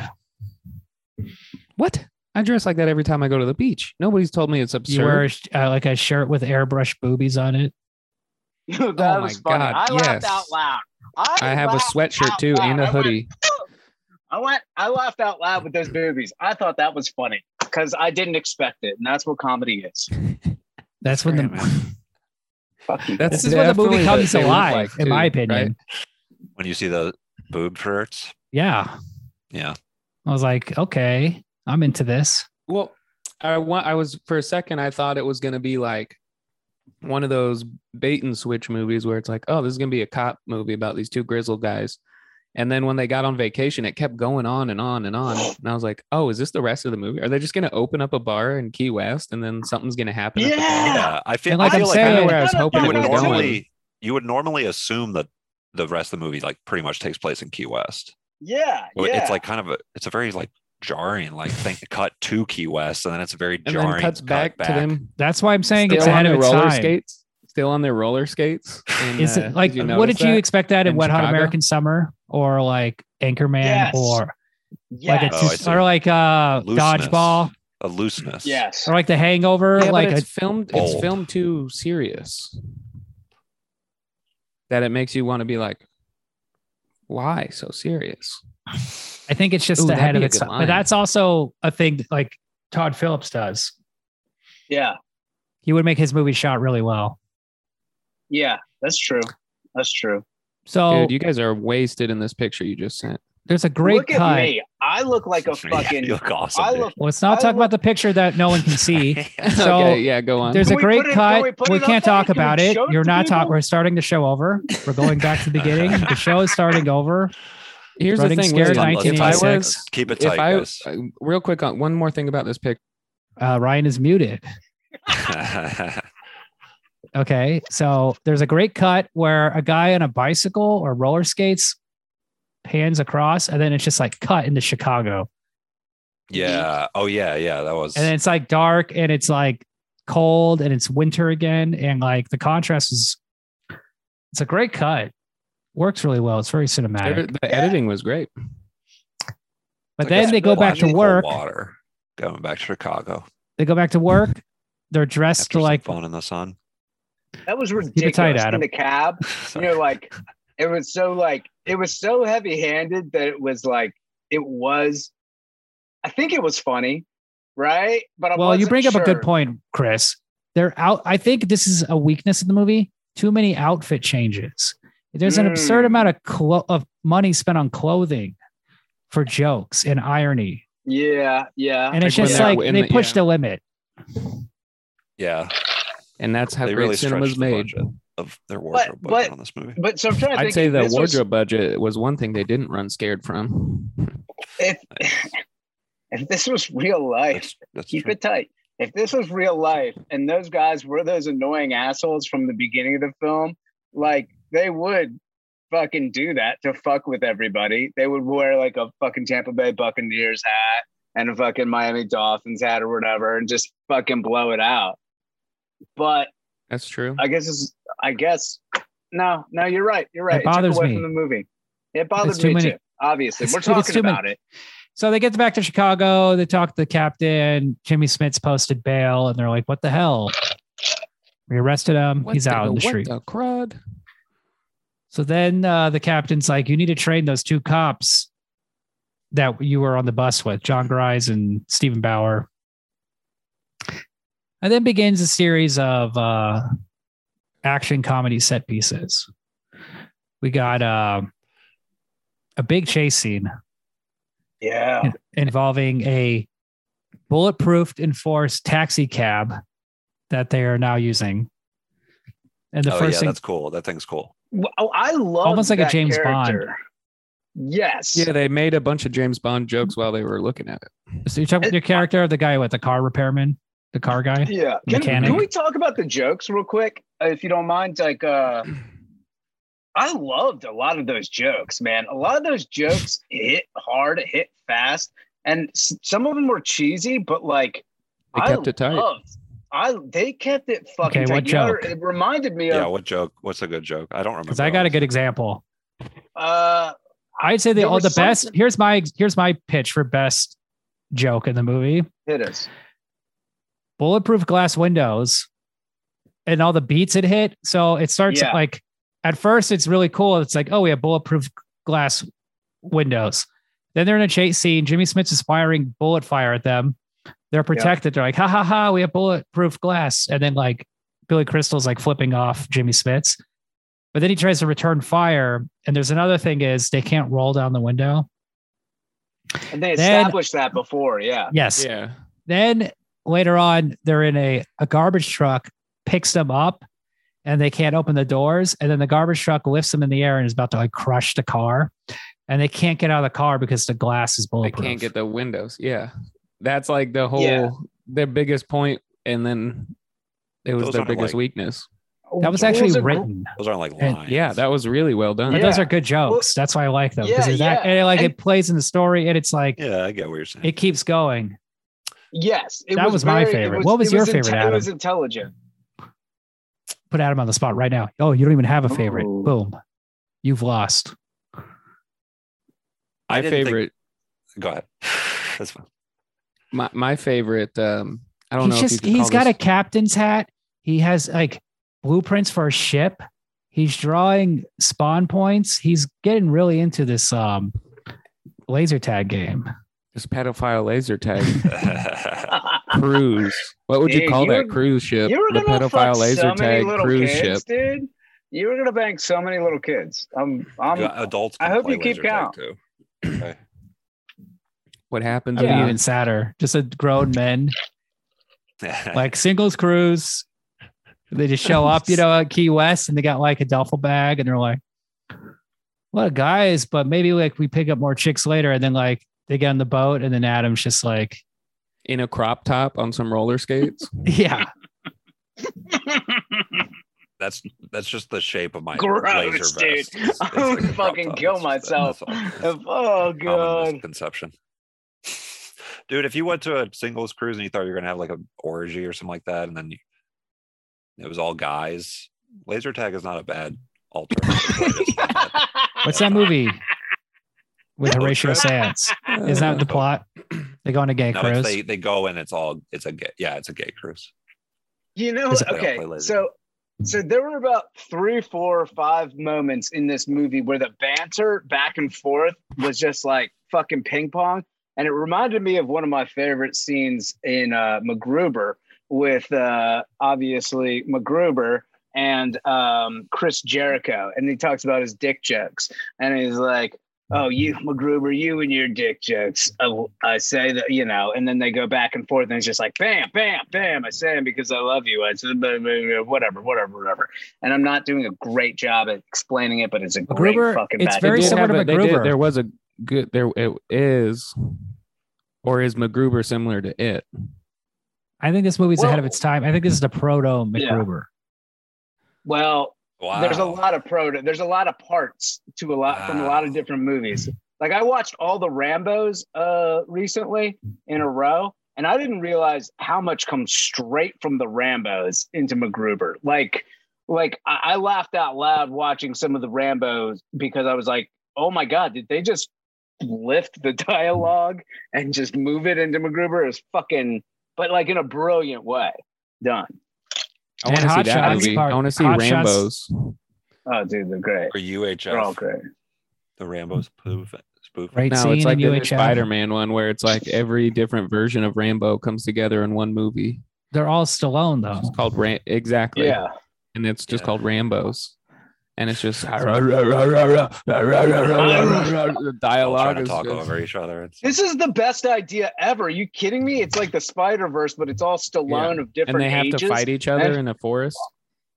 what? I dress like that every time I go to the beach. Nobody's told me it's
You wear
absurd.
a sh- uh, like a shirt with airbrush boobies on it.
that
Oh my
was funny.
God,
I
yes.
laughed out loud. I,
I have a
laughed
sweatshirt
out
too
loud.
and
I
a
went,
hoodie.
I went. I laughed out loud with those boobies. I thought that was funny because I didn't expect it, and that's what comedy is.
That's when
Right,
the,
man.
Fuck you.
That's
this is when the movie
definitely what
comes
they look
alive,
like,
in my
too,
opinion.
right?
when you see the boob shirts.
Yeah.
Yeah.
I was like, okay, I'm into this.
Well, I want. I was for a second. I thought it was going to be like one of those bait and switch movies where it's like, oh, this is going to be a cop movie about these two grizzled guys. And then when they got on vacation, it kept going on and on and on. And I was like, oh, is this the rest of the movie? Are they just going to open up a bar in Key West and then something's going to happen? at the bar?
Yeah.
Yeah, I feel
And like
I
I'm
feel
saying,
like
Kinda where I was hoping
you
it
would
was going.
normally you would normally assume that the rest of the movie like pretty much takes place in Key West.
yeah,
But
yeah.
It's like kind of a it's a very like jarring like thing cut to Key West and then it's a very
And
jarring
then cuts
cut
back, to them
That's why I'm saying
still
it's
on
ahead
their
of its
roller
time.
skates. Still on their roller skates. And,
Is
uh,
it like
did you
what did
notice
you
that?
expect that in
in
Wet Hot
Chicago?
American Summer or like Anchorman
Yes.
or
yes.
like
Oh, I
it's
see.
or like uh
Looseness.
dodgeball?
a looseness.
Yes.
Or like The Hangover,
Yeah,
like
but
a,
it's filmed.
old.
It's filmed too serious that it makes you want to be like, why so serious?
I think it's just
Ooh, that'd
ahead of
be a
its
good
time.
line.
But that's also a thing that, like Todd Phillips does.
Yeah.
He would make his movie shot really well.
Yeah. That's true. That's true.
So
Dude, you guys are wasted in this picture you just sent.
there's a great
look
cut.
at me. I look like a
you
fucking.
look awesome.
I
dude.
look.
Let's not
I
talk
look-
about the picture that no one can see. So
okay, yeah, go on.
There's
Can
a
we
great
put it-
cut.
can we put
we
it up
can't
there?
talk
Can we
about it.
show it
You're
to
not talking.
people?
We're starting the show over. We're going back to the beginning. the show is starting over.
Here's the
Running
thing,
Scared
Let's
William.
not- let's not-
1986.
let's Keep it
If
tight,
I-
guys.
uh, real quick on one more thing about this picture.
Uh, Ryan is muted. Okay. So there's a great cut where a guy on a bicycle or roller skates pans across, and then it's just like cut into Chicago.
yeah. Oh yeah. Yeah. That was.
Mm-hmm. And then it's like dark and it's like cold and it's winter again. And like the contrast is, it's a great cut. Works really well. It's very cinematic.
The editing was great.
but
Like
then
a
they go back to
logical
work.
Water. Going back to Chicago
They go back to work. They're dressed
after like
like
fun in the sun.
That was
it tight,
ridiculous in
Adam.
the cab. You know, like it was so like it was so heavy-handed that it was like it was. I think it was funny, right? But I
well, you
wasn't
bring up a
sure.
good point, Chris. They're out. I think this is a weakness in the movie. Too many outfit changes. There's an absurd
Hmm.
Mm.
amount of clo- of money spent on clothing for jokes and irony,
Yeah, yeah.
and it's
Like when
just
they're
like
in
they
the-
pushed
yeah.
the limit.
Yeah.
And that's how
They
great
really
cinema's
stretched the
made.
budget of their wardrobe
but-
budget on this movie.
but so I'm trying to
I'd
think
say
if
the
this was-
wardrobe budget was one thing they didn't run scared from.
if, if this was real life,
That's, that's
keep
true.
it tight. If this was real life and those guys were those annoying assholes from the beginning of the film, like they would fucking do that to fuck with everybody. They would wear like a fucking Tampa Bay Buccaneers hat and a fucking Miami Dolphins hat or whatever and just fucking blow it out. But
That's true.
I guess it's, I guess no, no, you're right. You're right.
It bothers
it took away
me.
from the movie. It bothered
It's too
me
many-
too. Obviously,
It's-
we're
it's too
talking
many-
about it.
So they get back to Chicago. They talk to the captain. Jimmy Smith's posted bail, and they're like, "What the hell?" We arrested him.
What
He's out in the
what
street.
The crud.
So then uh, the captain's like, "You need to train those two cops that you were on the bus with, John Grimes and Stephen Bauer." And then begins a series of uh, action comedy set pieces. We got uh, a big chase scene
Yeah.
involving a bulletproofed enforced taxi cab that they are now using. And the
oh yeah,
first thing
that's cool. That thing's cool.
Well, oh, I love
Almost like a
that
James Bond.
character. Yes.
Yeah, they made a bunch of James Bond jokes while they were looking at it.
So you're talking about your character of the guy with the car repairman, the car guy?
Uh, Yeah. Can,
Mechanic.
can we talk about the jokes real quick, uh, if you don't mind? Like, uh, I loved a lot of those jokes, man. A lot of those jokes hit hard, hit fast, and s- some of them were cheesy, but like
They
I
kept it tight.
loved. I they kept it fucking.
Okay,
tight.
what
You know,
joke?
It reminded me
Yeah.
of.
What joke? What's a good joke? I don't remember.
Because I got a good
honestly.
example.
Uh,
I'd say the
There
all
was
the best.
something-
Here's my here's my pitch for best joke in the movie:
hit us.
bulletproof glass windows, and all the beats it hit. So it starts
Yeah.
like at first it's really cool. It's like oh we have bulletproof glass windows. Then they're in a chase scene. Jimmy Smith is firing bullet fire at them. They're protected. They're like ha ha ha. We have bulletproof glass. And then like Billy Crystal's like flipping off Jimmy Smith's. But then he tries to return fire. And there's another thing is they can't roll down the window.
And they
Then-
established that before. Yeah.
Yes.
Yeah.
Then later on, they're in a, a garbage truck, picks them up, and they can't open the doors. And then the garbage truck lifts them in the air and is about to like crush the car. And they can't get out of the car because the glass is
They
bulletproof.
can't get the windows. Yeah. That's like the whole
Yeah.
their biggest point, and then it was
Those
their
aren't like-
biggest weakness.
that was
Well,
actually
a gr-
written.
Those aren't like
And-
lines.
Yeah, that was really well done.
But
Yeah.
those are good jokes. That's why I like them. 'cause
yeah,
it's act-
yeah.
And it, like
And-
it plays in the story and it's like
Yeah, I get what you're saying.
it keeps going.
Yes. It
That was my
it
favorite. What was
it
your favorite,
inte-
Adam?
It was intelligent.
Put Adam on the spot right now. Oh, you don't even have a favorite.
Ooh.
Boom. You've lost.
I
My
didn't think-
favorite
Go ahead. That's fine.
my my favorite. Um, I don't
he's
know.
just
if you could
he's
call
got a
this-
captain's hat. He has like blueprints for a ship. He's drawing spawn points. He's getting really into this um laser tag game.
this pedophile laser tag cruise. What would you
Dude,
call
you
that
were-
cruise ship?
you were
The
gonna
pedophile
fuck
laser
so many
tag
little
cruise
kids,
ship.
dude. You were gonna bank so many little kids. I'm, I'm.
Adults.
Um, I
can
hope
play
you keep
laser tag,
count.
too. Okay.
What happens?
I mean,
when you-
even sadder. Just a grown men like singles cruise. They just show up, you know, at Key West, and they got like a duffel bag, and they're like, "A lot of guys, but maybe like we pick up more chicks later." And then like they get on the boat, and then Adam's just like,
in a crop top on some roller skates.
"Yeah,
That's that's just the shape of my laser
Gross,
vest.
dude.
It's- it's
I would
like a crop
fucking
top.
kill
It's just that-
myself.
that's all. It's
oh
a common
god.
misconception. Dude, if you went to a singles cruise and you thought you were gonna have like an orgy or something like that, and then you, it was all guys, laser tag is not a bad alternative. way to spend it.
what's that movie with
Road
Horatio
Trip?
Sands?" Is that
Uh,
the plot? They go on a gay
No,
cruise.
it's they they go and it's all it's a gay, yeah, it's a gay cruise.
You know,
It's a playoff
okay.
play later.
So, so there were about three, four, five moments in this movie where the banter back and forth was just like fucking ping pong, and it reminded me of one of my favorite scenes in uh, MacGruber with uh, obviously MacGruber and um, Chris Jericho, and he talks about his dick jokes, and he's like. Oh, you MacGruber, you and your dick jokes. I, I say that, you know, and then they go back and forth, and it's just like bam, bam, bam. I say them because I love you. I said blah, blah, blah, whatever, whatever, whatever. And I'm not doing a great job at explaining it, but it's a great
MacGruber,
fucking. back
it's
and
very
forth.
did
similar
have
to
a- they did-
MacGruber.
there was a good there it is or is MacGruber similar to it?
I think this movie's ahead of
Well-
its time. I think this is the proto
Yeah.
MacGruber.
Well,
Wow,
there's a lot of pro there's a lot of parts to a lot from a lot of
Wow.
different movies like i watched all the rambos uh recently in a row and i didn't realize how much comes straight from the rambos into mcgruber like like I, I laughed out loud watching some of the rambos because i was like oh my god did they just lift the dialogue and just move it into mcgruber is fucking but like in a brilliant way done
I
And
want to see
Hot
that
Shots
movie.
part-
I want to see
Hot Shots-
Rambo's.
oh dude they're great
or
they're all
UHF,
great
the Rambo spoof. spoof.
Great
No,
scene
it's like
in
the
UHF.
Spider-Man one where it's like every different version of Rambo comes together in one movie.
They're all Stallone
It's
though.
just called Ram- exactly.
yeah
and it's just
Yeah.
called Rambo's. And it's just the
All trying
dialogue
to
is
talk
just-
over each other. It's-
This is the best idea ever. Are you kidding me? It's like the Spider Verse, but it's all Stallone of different
and they have
ages.
to fight each other in a forest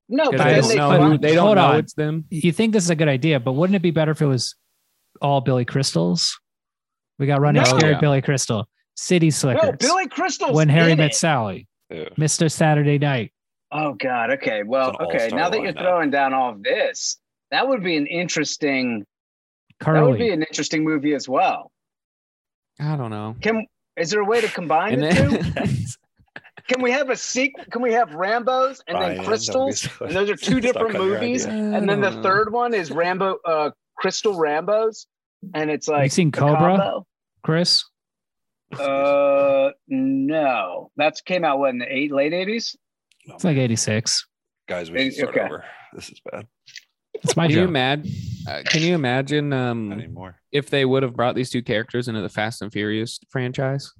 No, but
because they don't
then they,
know
find-
who they don't
Hold
know
on.
it's them.
You think this is a good idea, but wouldn't it be better if it was all Billy Crystals? We got running
No.
scared
Yeah.
Billy Crystal, City Slickers,
No, Billy Crystal.
When Harry Met Sally,
yeah.
Mister Saturday Night.
Oh God. Okay. Well.
It's an
Okay.
all-star
Now that you're
lineup.
throwing down all of this, that would be an interesting. That would be
Curly.
an interesting movie as well.
I don't know.
Can is there a way to
And
combine the two?
then,
Can we have a sequel? Can we have Rambo's and
Ryan, don't
then
be
Crystals?
so-
and those are
stuck
two different
on your
movies.
idea.
And then the
Uh,
third one is Rambo, uh, Crystal Rambo's, and it's like
you seen
a
Cobra?
combo.
Chris.
Uh, no, that's came out what in the eight late eighties.
It's like eighty six.
Guys, we should start
okay.
over. This is bad.
It's my
Can you
joke.
imagine? Uh, can you imagine
Not
um,
anymore.
if they would have brought these two characters into the Fast and Furious franchise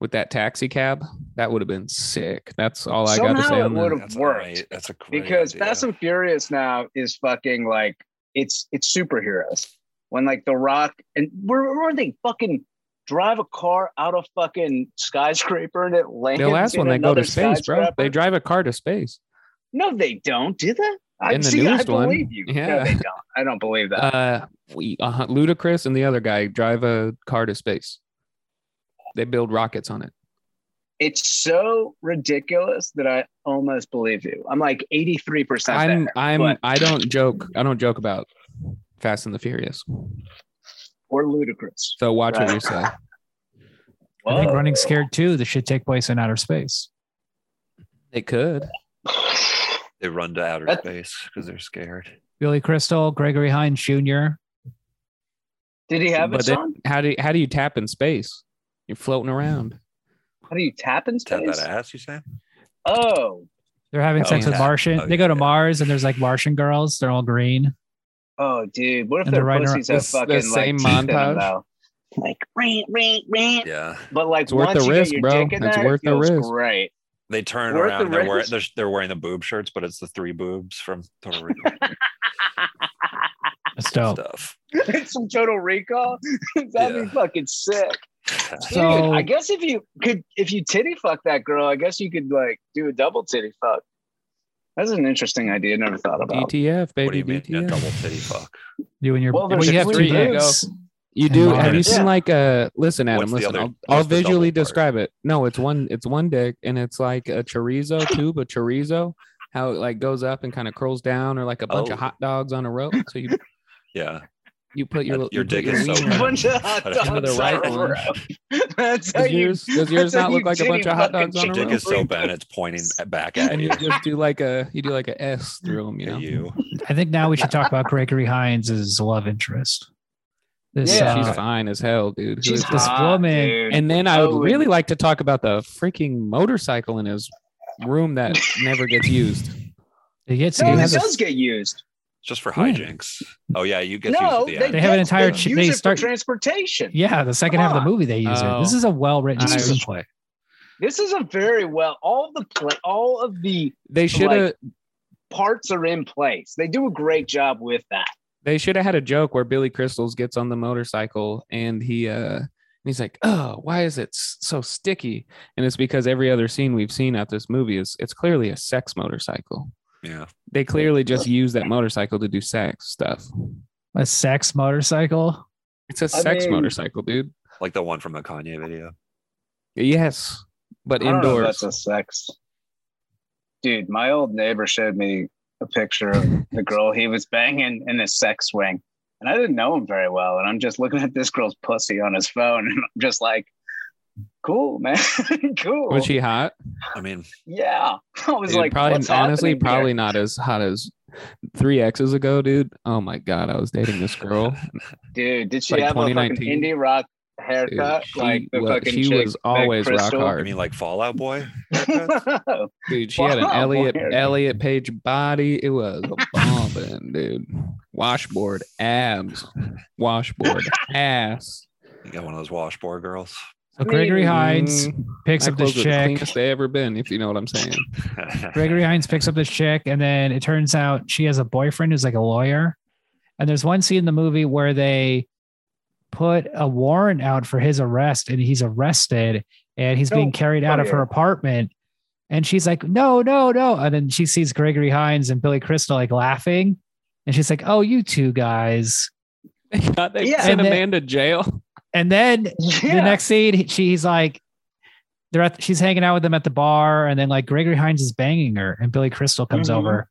with that taxi cab? That would have been sick. That's all I got to
Somehow
say.
it
on that.
would've-
That's
worked.
A great, that's a great
Because
idea.
Fast and Furious now is fucking like it's it's superheroes. When like The Rock and where, where they fucking drive a car out of fucking skyscraper and it lands.
The last
in
one, they go to
another
space, bro.
skyscraper?
They drive a car to space.
no, they don't, do they? I
In the
see. I
newest one,
believe you. No,
yeah.
they don't. I don't believe that.
Uh, we, uh, Ludacris and the other guy drive a car to space. They build rockets on it.
it's so ridiculous that I almost believe you. I'm like 83 percent.
I'm, I'm,
but-
I don't joke. I don't joke about Fast and the Furious.
or ludicrous.
So watch what
Right.
you say.
I think
Whoa.
Running Scared too. This should take place in outer space.
It could.
they run to outer
That's-
space because they're scared.
Billy Crystal, Gregory Hines Jr.
Did he have a
but then
son?
how do you, how do you tap in space? You're floating around.
How do you tap in
Tap that
space?
ass, you say?
Oh,
They're having
Oh,
sex with
yeah.
Martian.
Oh,
they go to
yeah.
Mars and there's like Martian girls. They're all green.
oh, dude. What if
And
their
they're right around-
pussies have
it's the
fucking
same
like, teeth in them,
montage.
though? Like, ring, ring, ring.
Yeah.
But like,
It's worth
once
the
you
risk,
get your
bro.
dick in
It's
that,
worth the
it feels
risk.
great.
They turn
Worth
around.
the
and they're wearing
risk?
they're, they're wearing the boob shirts, but it's the three boobs from Total Recall
That's dope.
stuff.
it's some Total Recall. That'd
Yeah.
be fucking sick. Dude,
So-
I guess if you could, if you titty fuck that girl, I guess you could like do a double titty fuck. That's an interesting idea. Never thought about.
E
DTF,
what do
baby,
you mean? Yeah,
DTF.
double titty fuck.
You and your
Well,
well,
there's
you have
two
three
there you
dicks.
You
And
do.
mine.
Have you seen
Yeah.
like a listen, Adam?
What's the
listen,
other-
I'll,
what's
I'll
the double
visually
part?
describe it. No, it's one. It's one dick, and it's like a chorizo tube, a chorizo. How it like goes up and kind of curls down, or like a bunch
Oh.
of hot dogs on a rope. So you
Yeah.
you put your
That-
li-
your
you put
dick is so Yeah.
A
wiener-
bad.
bunch of hot
Into
the
dogs
right
on a
one.
rope. That's how
Does
you.
yours, does yours
that's how
not look
you
like a bunch
titty
of hot
fucking
dogs on a
Your
chicken.
dick
rope?
is so bad it's pointing back at
And
you.
you just do like a you do like a S through them, you know.
At you.
I think now we should talk about Gregory Hines' love interest. This,
Yeah.
uh,
She's fine as hell, dude. Who
She's
is
this
this?
hot. woman-
dude.
And then I
Oh,
would really
and-
like to talk about the freaking motorcycle in his room that never gets used.
it gets
no,
you
it
have
used.
a-
does get used.
Just for
Yeah.
hijinks. Oh yeah, you get
No,
used
they,
at the
They
end.
have an
get-
entire
they
ch-
use
they
it for
start-
transportation.
Yeah, the second
Come
half of
on.
the movie they use it. This
Oh.
is a well written
Jesus.
season play.
This is a very well. All the play, all of the
They should have
parts are in place. They do a great job with that.
they should have had a joke where Billy Crystals gets on the motorcycle and he uh and he's like, "Oh, why is it s- so sticky?" And it's because every other scene we've seen at this movie is it's clearly a sex motorcycle.
Yeah.
They clearly just use that motorcycle to do sex stuff.
A sex motorcycle.
It's a
I
sex
mean-
motorcycle, dude.
Like the one from the Kanye video.
Yes, but
I don't know if
indoors.
that's a sex. Dude, my old neighbor showed me a picture of the girl he was banging in a sex swing. And I didn't know him very well. And I'm just looking at this girl's pussy on his phone. And I'm just like, cool, man. cool.
Was she hot?
I mean,
yeah. I was
Dude,
like,
probably
What's
honestly,
happening here?"
probably not as hot as three X's ago, dude. Oh my god, I was dating this girl.
Dude, did she
like
have a fucking
2019.
indie rock
Dude,
haircut?
she
like the
wa-
fucking
she
chick
was
that
always rock
Crystal-
I
hard.
mean like Fallout Boy.
Dude, she had an
Wow,
Elliot
weird.
Elliot Page body. It was bombing, dude. Washboard abs, washboard ass.
You got one of those washboard girls.
So Gregory
mean,
Hines
Mm,
picks
my
up this
clothes are the
chick.
cleanest they ever been, if you know what I'm saying.
Gregory Hines picks up this chick, and then it turns out she has a boyfriend who's like a lawyer. And there's one scene in the movie where they put a warrant out for his arrest, and he's arrested, and he's being
No,
carried out of her
lawyer.
apartment. And she's like, "No, no, no!" And then she sees Gregory Hines and Billy Crystal like laughing, and she's like, "Oh, you two guys."
They got they
Yeah.
sent
And
a
they-
man to jail.
And then
yeah.
the next scene, he- she's like, they're at, she's hanging out with them at the bar, and then like Gregory Hines is banging her, and Billy Crystal comes
Mm-hmm.
Mhm.
over,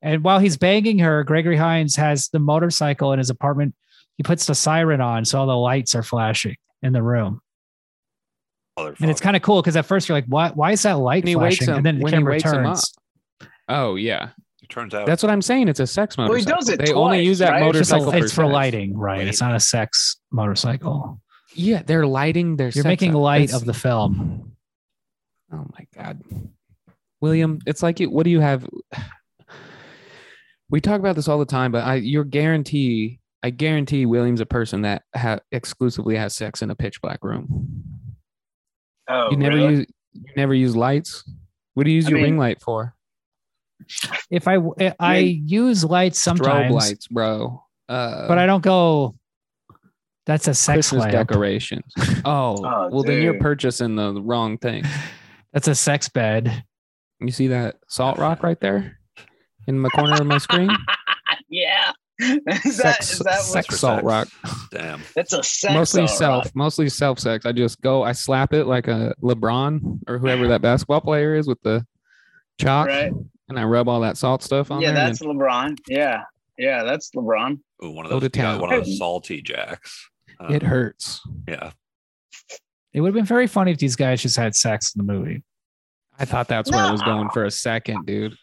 and while he's banging her, Gregory Hines has the motorcycle in his apartment. He puts the siren on, so all the lights are flashing in the room, and it's kind of cool because at first you're like, "What? Why is that light
And he wakes
flashing?"
him-
and then the
when he
camera
wakes him up.
turns.
Oh yeah,
It turns out
that's what I'm saying. It's a sex
Well,
motorcycle.
he does it
they only
twice,
use that
right?
It's, just a-
motorcycle
it's for
sex.
lighting, right? It's not a sex motorcycle.
Yeah, they're lighting their.
You're
sex
making
up.
light
It's-
of the film.
Oh my God. William, it's like, it, what do you have? We talk about this all the time, but I, you're guarantee, I guarantee William's a person that ha- exclusively has sex in a pitch black room.
Oh,
you never
really?
use, you never use lights. What do you use
I
your ring
mean-
light for?
If I I, I use lights
Strobe
sometimes,
lights, bro. Uh,
but I don't go. That's a sex
Christmas
lamp.
decorations. Oh,
Oh,
well, then you're
dude.
purchasing the wrong thing.
That's a sex bed.
You see that salt rock right there in the corner of my screen?
yeah. Is that, is
sex,
that what-
for
sex salt
sex?
rock.
damn.
That's a sex.
mostly
all
self,
right.
mostly self sex. I just go, I slap it like a LeBron or whoever that basketball player is with the chalk,
Right.
and I rub all that salt stuff on
Yeah,
there. and
that's LeBron. Yeah. Yeah, that's LeBron.
Ooh, one of
Go
those
to
yeah,
town.
one of those salty jacks. Uh,
then it hurts.
yeah.
It would have been very funny if these guys just had sex in the movie.
I thought that's where it was
No.
going for a second, dude.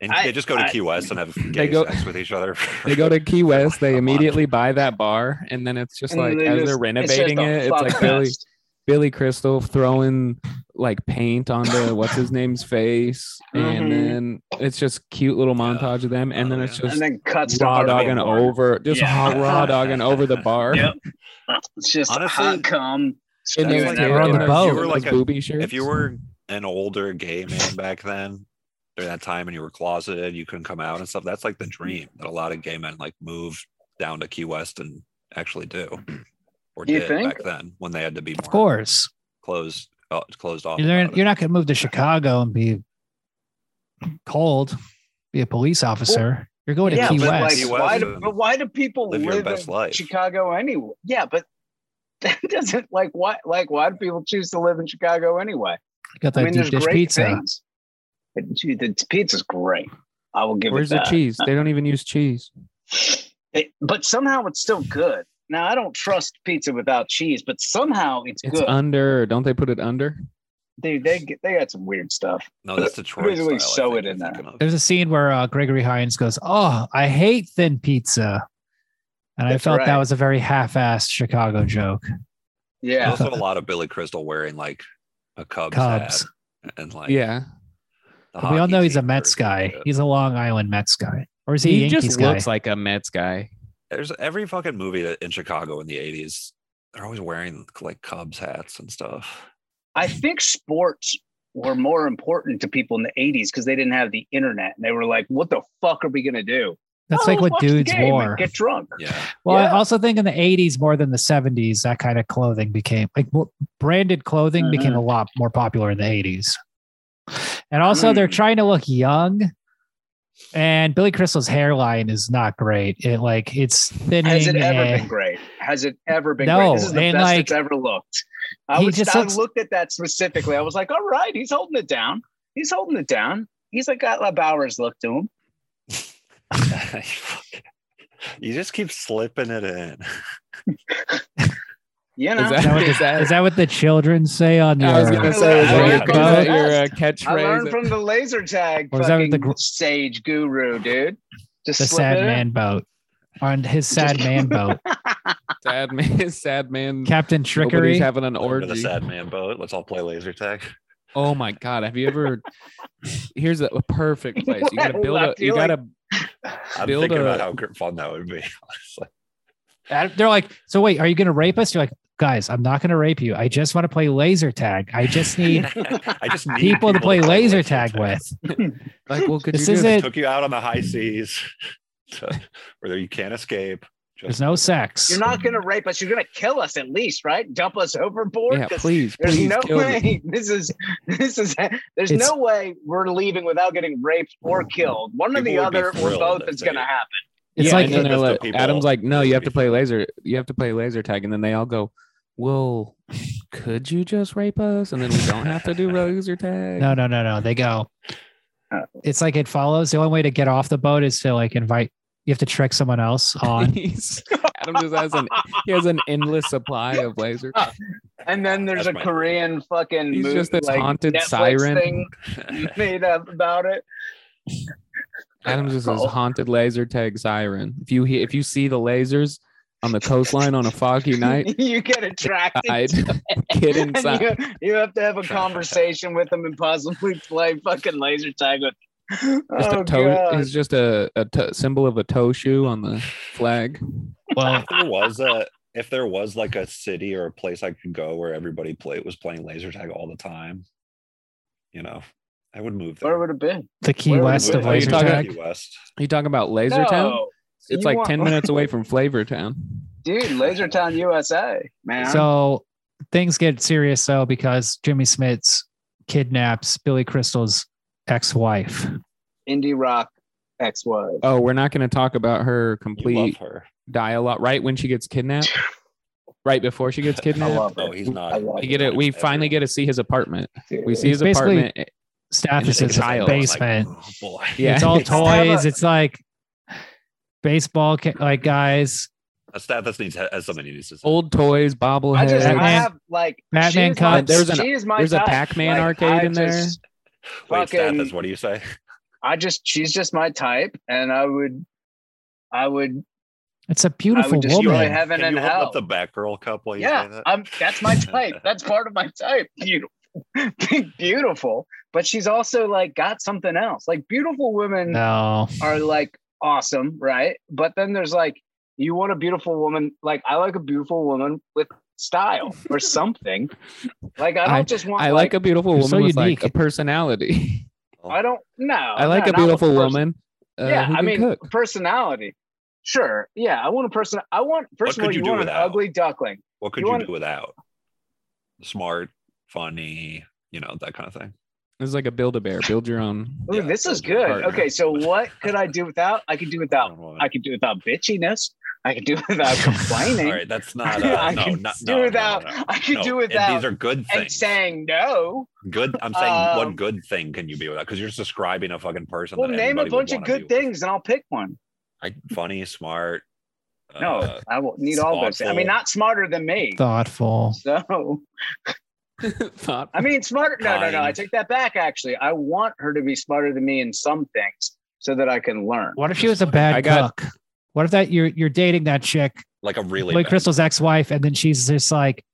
And
I-
they just go to
I-
Key West and have gay
go-
sex with each other.
They go to Key West,
Come
they
on.
immediately buy that bar, and then it's just
And
like
they
as
just-
they're
it's just
renovating
a
it, it's
fuck
like Billy,
fest.
Billy Crystal throwing like paint onto what's his name's face,
Mhm.
and then it's just cute little montage of them, and then
Oh,
it's
yeah.
just
and then cuts to
raw
hardcore
dogging
porn.
over, just
Yeah.
hot raw dogging over the bar.
Yep. It's just
Honestly,
hot cum.
In
That's
those
like-
ta-
They were on
in
the
those- in
boat. If you were
those
like a-
booby shirts.
If you were an older gay man back then, during that time, and you were closeted, you couldn't come out and stuff. That's like the dream that a lot of gay men like move down to Key West and actually do, or
You
did
think?
back then when they had to be
Of
more
course.
closed, uh, closed off.
You're, there-
about it.
you're not going to move to Chicago and be cold, be a police officer. you're going to
yeah,
Key
but
West.
like,
Key
why
West.
do, but why do people
Live
live,
your best
in
life.
Chicago anyway? Yeah, but that doesn't like why like why do people choose to live in Chicago anyway?
You got that
I mean,
deep
there's
dish
great
pizza.
things. But, gee, The pizza's great. I will give
Where's
it
the
that.
cheese? They don't even use cheese.
It- but somehow it's still good. Now I don't trust pizza without cheese, but somehow it's,
It's
good.
under. Don't they put it under?
Dude, they get- they had some weird stuff.
No, that's Detroit.
Basically
style, I
sew
think
it in
you're
there.
thinking of.
There's a scene where uh, Gregory Hines goes, "Oh, I hate thin pizza," and I
That's
felt that
right.
was a very half-assed Chicago joke.
Yeah,
also a lot of Billy Crystal wearing like a Cubs,
Cubs.
hat and like
Yeah,
the
we all
hockey
know he's a
team
Mets
jerseys
guy.
and shit.
He's a Long Island Mets guy, or is he, a
he
Yankees
just
guy?
looks like a Mets guy.
There's every fucking movie that in Chicago in the '80s. They're always wearing like Cubs hats and stuff.
I think sports were more important to people in the '80s because they didn't have the internet and they were like, "What the fuck are we gonna do?"
That's
Oh,
like
let's
what
watch the
dudes
game and
wore.
Get drunk.
Yeah,
Well, I
Yeah.
also think in the 80s, more than the 70s, that kind of clothing became like more, branded clothing became
Mm-hmm.
a lot more popular in the 80s. And also, they're
Mm.
trying to look young. And Billy Crystal's hairline is not great. It like it's thinning.
Has it ever
and-
been great? Has it ever been
No,
great? This is the
and,
best
like,
it's ever looked. I,
he
was,
just
I
looks-
looked at that specifically. I was like, all right, he's holding it down. He's holding it down. He's like got La Bowers look to him.
you just keep slipping it in.
You know,
Is
Is that, what,
that, is that,
is that what the children say on your?
I was gonna say, is that
Oh, yeah.
your, is that
Yeah.
your uh,
I learned
catchphrase?
from the laser tag
Or is that
fucking
the gr-
sage guru, dude. Just
the
slip
sad
it in.
man boat on his sad man boat,
sad man, sad man.
Captain
Nobody's
Trickery.
having an
Over the
orgy.
sad man boat. Let's all play laser tag.
Oh my god! Have you ever? Here's a, a perfect place. You gotta
Well,
build
I
a. You
feel like-
gotta.
I'm
Build
thinking
a-
about how gr- fun that would be. Honestly,
And They're like, so wait, are you gonna rape us? You're like, guys, I'm not gonna rape you. I just want to play laser tag. I just need
I just need
people to play laser tag with.
Like, well, could
This
you do
isn't-
Took you out on the high seas, to- where you can't escape.
There's
Just
no sex.
You're not going to rape us. You're going to kill us at least, right? Dump us overboard.
Yeah,
'Cause
please,
There's
please
no
kill me.
way. This is this is. There's
It's-
no way we're leaving without getting raped
Oh,
or killed. One or the
People would be
other, or
thrilled
both,
if
is
they-
going to happen.
It's
yeah,
like-
and then
Just
they're
the
like,
people
Adam's like, no, you have to
people.
play laser. You have to play laser tag, and then they all go, well, could you just rape us, and then we don't have to do laser tag?
No, no, no, no. They go.
Oh.
It's like it follows. The only way to get off the boat is to like invite. You have to trick someone else on.
He's- Adam just has an he has an endless supply of laser. tag.
And then there's
That's
a
my-
Korean fucking
He's
movie,
just this
like,
haunted
Netflix
siren.
thing made up about it.
Adam's just says
Oh.
haunted laser tag siren. If you hear, if you see the lasers on the coastline on a foggy night,
you get attracted.
I'd
to
get
it, and
inside.
You, you have to have a conversation with them and possibly play fucking laser tag with.
Just
oh
a toe
god!
is just a, a to- symbol of a toe shoe on the flag.
Well,
there was a if there was like a city or a place I could go where everybody play was playing laser tag all the time, you know, I would move there.
Where would it be?
the Key
Where Oh, would
West
we-
of
are you
laser
talking-
tag.
Key West.
You talking about Laser Town?
No,
It's
you
like
want-
ten minutes away from Flavor Town.
dude. Lasertown, USA, man.
So things get serious though because Jimmy Smits kidnaps Billy Crystal's ex-wife.
indie rock ex wife.
Oh, we're not going to talk about her
You love
complete
her.
dialogue right when she gets kidnapped. Right before she gets
I
kidnapped,
love
No,
it.
Oh, he's not.
I love
we get it. We finally get to see his apartment. We see his
It's basically-
apartment. eh,
Staff
It's
is his
just like-
basement.
Like, oh, boy.
Yeah.
It's all
It's not
toys.
a-
It's like baseball ca- like guys.
That's that. That needs as somebody needs to. say.
old toys, bobbleheads.
I just I
Batman-
have like
Batman
she's my-
comes-
There's an-
she is my
there's a
type.
Pac-Man
Like,
arcade
I
in there.
just-
Wait,
fucking-
Stathis, what do you say?
I just she's just my type, and I would I would
It's a beautiful
just
woman.
enjoy heaven
Can
and
you hold
hell.
up the Batgirl cup while you
yeah,
say that?
I'm, that's my type. That's part of my type. Beautiful, Big beautiful. But she's also like got something else. Like beautiful women
no.
are like awesome, right? But then there's like you want a beautiful woman. Like I like a beautiful woman with style or something. like I don't
I-
just want.
I like a beautiful
You're
woman
so
with like
unique.
a personality.
I don't. No.
I like
no,
a
not with
beautiful
person-
woman. Uh,
yeah,
who
I
can
mean
cook.
personality. Sure. Yeah, I want a person. I want first of
could
all,
you
you
do
want an
without?
ugly duckling.
What could
You
you,
want-
do without? Smart, funny, you know, that kind of thing.
It's like a build a bear. Build your own.
Ooh,
Yeah,
this is
those are
good.
hard.
Okay, so what could I do without? I could do without. I could do without bitchiness. I could do without complaining.
All right, that's not. Uh,
I
no,
could
not,
do
no, no, no,
without.
no,
I could
no.
do
And
without.
These are good
and
things.
saying no.
good. I'm saying,
Um,
what good thing can you be without? Because you're just describing a fucking person.
Well,
that
name a
anybody would
bunch of
wanna be
good
with.
things, and I'll pick one.
I, funny, smart.
No,
uh,
I will need all those. things. I mean,
thoughtful.
not smarter than me.
Thoughtful.
So,
Thought.
I mean, smarter. No, no, no. I
Kind.
take that back. Actually, I want her to be smarter than me in some things, so that I can learn.
What if she was a bad
I got-
cook? What if that you're you're dating that chick,
like a really.
like
bad-
Crystal's ex-wife, and then she's just like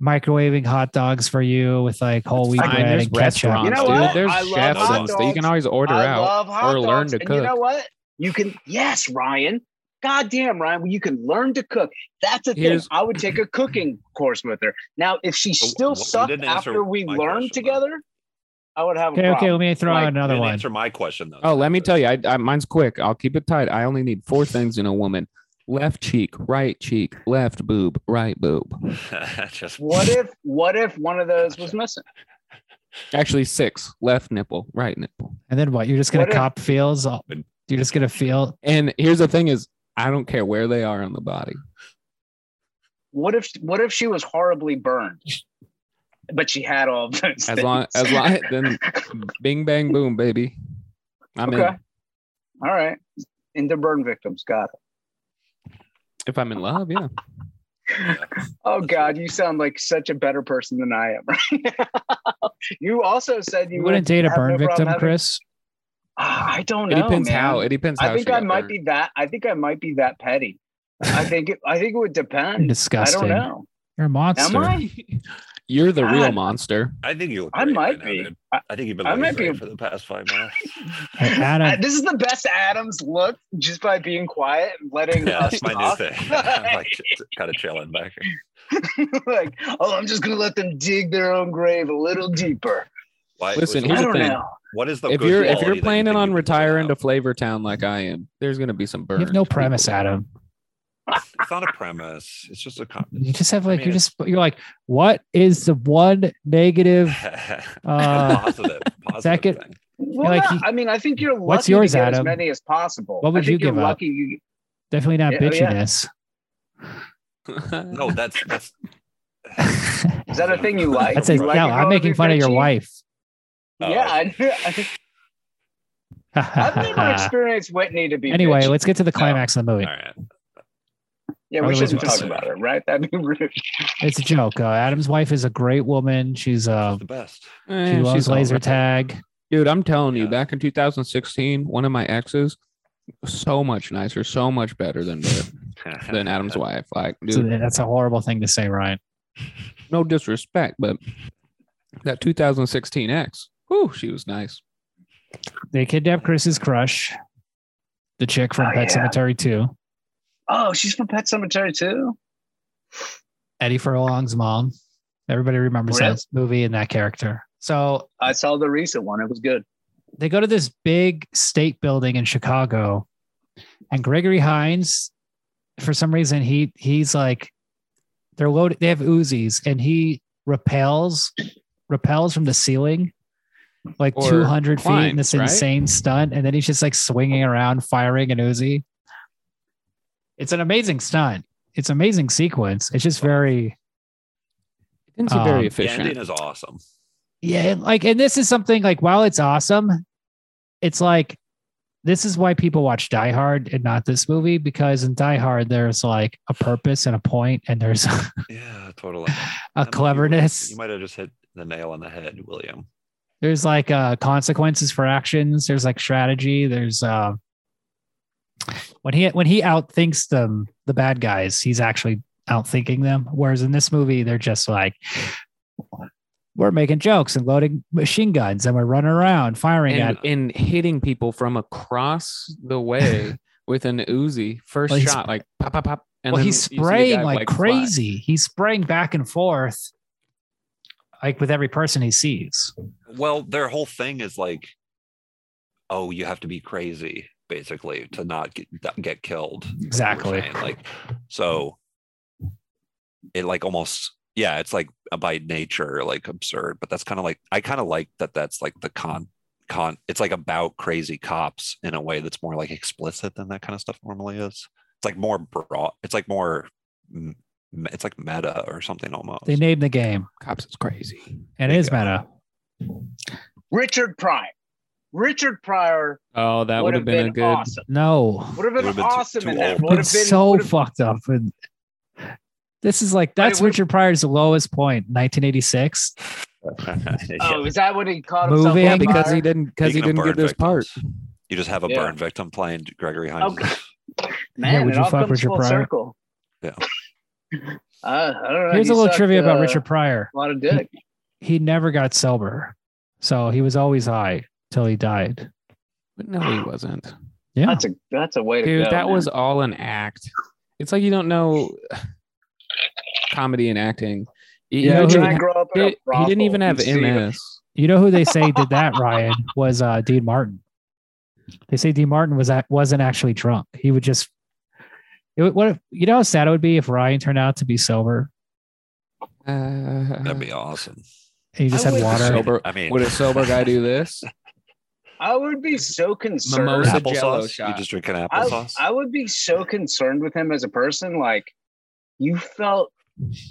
microwaving hot dogs for you with like whole wheat
Fine,
bread
there's
and ketchup.
restaurants,
You know
dude.
what?
There's
I love
chefs
hot
and stuff. You can
dogs.
always order
I
out.
love hot
or
dogs.
learn to
and You know
cook.
what? You can. Yes, Ryan. God damn, Ryan. Well, you can learn to cook. That's the thing.
Here's-
I would take a cooking course with her. Now, if she
But
still
what- you
sucked
didn't answer
after we
my
learned
question, though.
together, I would have a
Okay, okay,
problem.
let me throw
Like,
out another
You didn't
one.
Answer my question though.
Oh, let me tell you, I, I mine's quick. I'll keep it tight. I only need four things in a woman: left cheek, right cheek, left boob, right boob.
just
What if what if one of those was
Gotcha.
missing?
Actually, six: left nipple, right nipple.
And then what? You're just gonna
What if-
cop feels. all- You're just gonna feel.
And here's the thing: is I don't care where they are on the body.
What if what if she was horribly burned? But she had all of those.
As long
things?
as long then, bing bang boom, baby. I'm
Okay.
in.
all right. Into burn victims. Got it.
If I'm in love, yeah.
Oh
That's
God, you sound like such a better person than I am right now. you also said you
You wouldn't date a
have no
burn
problem
victim,
having-
Chris.
Ah, I don't
It
know.
depends
man.
how. It depends how.
I think
she
I
got
might
burnt.
be that. I think I might be that petty. I think it, I think it would
You're
depend. I don't
disgusting.
know.
You're a monster.
I?
You're the real
God.
monster.
I think you look.
I
great
might
right now,
be.
dude. I think you've been
I
looking
might be
great
a-
for the past five minutes.
Hey, Adam,
I- this is the best Adams look just by being quiet and letting
yeah,
us
that's my new
talk.
thing. I'm like kind of chilling back here.
like, oh, I'm just gonna let them dig their own grave a little deeper.
Why,
Listen,
so
here's
I
the
don't
thing.
know.
what is the
if
good
you're if
quality that
you're
you
planning
think
on
you can
retiring
do
to Flavor Town like I am, there's gonna be some burn.
you have no premise, Adam.
without? It's not a premise. It's just a
You
comment.
just have like
mean,
you're just you're like, what is the one negative? Uh,
positive, positive
second-
thing.
Well,
like,
no,
you-
I mean, I think you're lucky
What's
to
yours,
get as
Adam?
many as possible.
What would
I think
you
you're
give up?
lucky you-
definitely not
Yeah, oh, yeah.
bitchiness.
No, that's that's
Is that a thing you like?
That's
You
a,
it.
like
no. I'm making fun of your wife.
Oh,
yeah,
okay.
I, I've never experienced Whitney to be.
anyway,
bitchy.
let's get to the climax of the
all
movie.
right.
yeah, we
otherwise
shouldn't
it's
talk
fine.
about it, right? That'd be rude.
It's a joke. Uh, Adam's wife is a great woman. She's uh,
The best.
Eh,
she loves
she's all
laser
right.
tag.
Dude, I'm telling you,
Yeah.
back in 2016, one of my exes, so much nicer, so much better than than Adam's wife. Like,
So
dude,
that's a horrible thing to say, Ryan.
no disrespect, but that 2016 ex, whew, she was nice.
They kidnap Chris's crush, the chick from
Oh,
Pet
yeah.
Cemetery 2,
Oh, she's from Pet Cemetery too.
Eddie Furlong's mom. Everybody remembers
Really?
that movie and that character. So
I saw the recent one; it was good.
they go to this big state building in Chicago, and Gregory Hines, for some reason, he he's like they're loaded. They have Uzis, and he repels repels from the ceiling like
Or
two hundred feet in
climbs,
this
right?
insane stunt, and then he's just like swinging around, firing an Uzi. It's an amazing stunt. It's an amazing sequence. It's just very
It didn't seem very
Um,
The ending
efficient.
is awesome.
yeah and, like and this is something like while it's awesome it's like this is why people watch die hard and not this movie because in die hard there's like a purpose and a point and there's
Yeah, totally. I
a
mean, you-
cleverness
You might have just hit the nail on the head, William.
there's like uh consequences for actions there's like strategy there's uh when he when he outthinks them, the bad guys, he's actually outthinking them. Whereas in this movie, they're just like, we're making jokes and loading machine guns and we're running around firing
and,
at.
and hitting people from across the way with an Uzi first
Well, he's-
shot, like pop, pop, pop. And
well,
then
he's
you see the guy,
spraying like,
fly.
crazy. He's spraying back and forth, like with every person he sees.
Well, their whole thing is like, oh, you have to be crazy basically to not get, get killed. is what we're
Exactly.
saying. Like, so it like almost yeah, it's like by nature like absurd, but that's kind of like I kind of like that. That's like the con con. It's like about crazy cops in a way that's more like explicit than that kind of stuff normally is. It's like more broad. It's like more. m- It's like meta or something almost.
They named the game,
Cops is crazy.
and it is meta.
Richard Pryor. Richard Pryor
Oh, that would have been, a good.
awesome.
No,
Would have been,
It would've been too-
awesome
too
in that.
old.
Would have
it's
been
so
would have-
fucked up. And this is like that's
would've-
Richard Pryor's lowest point, 1986.
Uh,
Oh, is that when he caught himself
Moving.
on
Yeah, because
fire?
he didn't because he
Speaking
didn't
of
get
burn
this part.
victims, You just have a
Yeah.
burn victim playing Gregory Hines.
Okay. Man,
Yeah, would
it
you
all
fuck
comes
Richard
full
Pryor?
circle.
Yeah.
Uh, I don't know.
Here's
He
a little
sucked,
trivia about
uh,
Richard Pryor.
A lot of dick.
He never got sober, so he was always high till he died.
But no, he wasn't.
Yeah,
That's a that's a way to
Dude,
go.
that
man.
was all an act. It's like you don't know comedy and acting. You
Yeah,
know
he
who-
Did
didn't
I grow up in a
he- he didn't even have
brothel? You see,
MS.
you know who they say did that? Ryan was uh, Dean Martin. They say Dean Martin was act- wasn't actually drunk. He would just. It would, what if, you know how sad it would be if Ryan turned out to be sober.
Uh,
That'd be awesome.
And he just
I
had
would-
water.
sober.
I mean,
Would a sober guy do this?
I would be so concerned.
Mimosa
applesauce?
Jello
You
shot.
just drink an
I,
applesauce?
I would be so concerned with him as a person. Like, you felt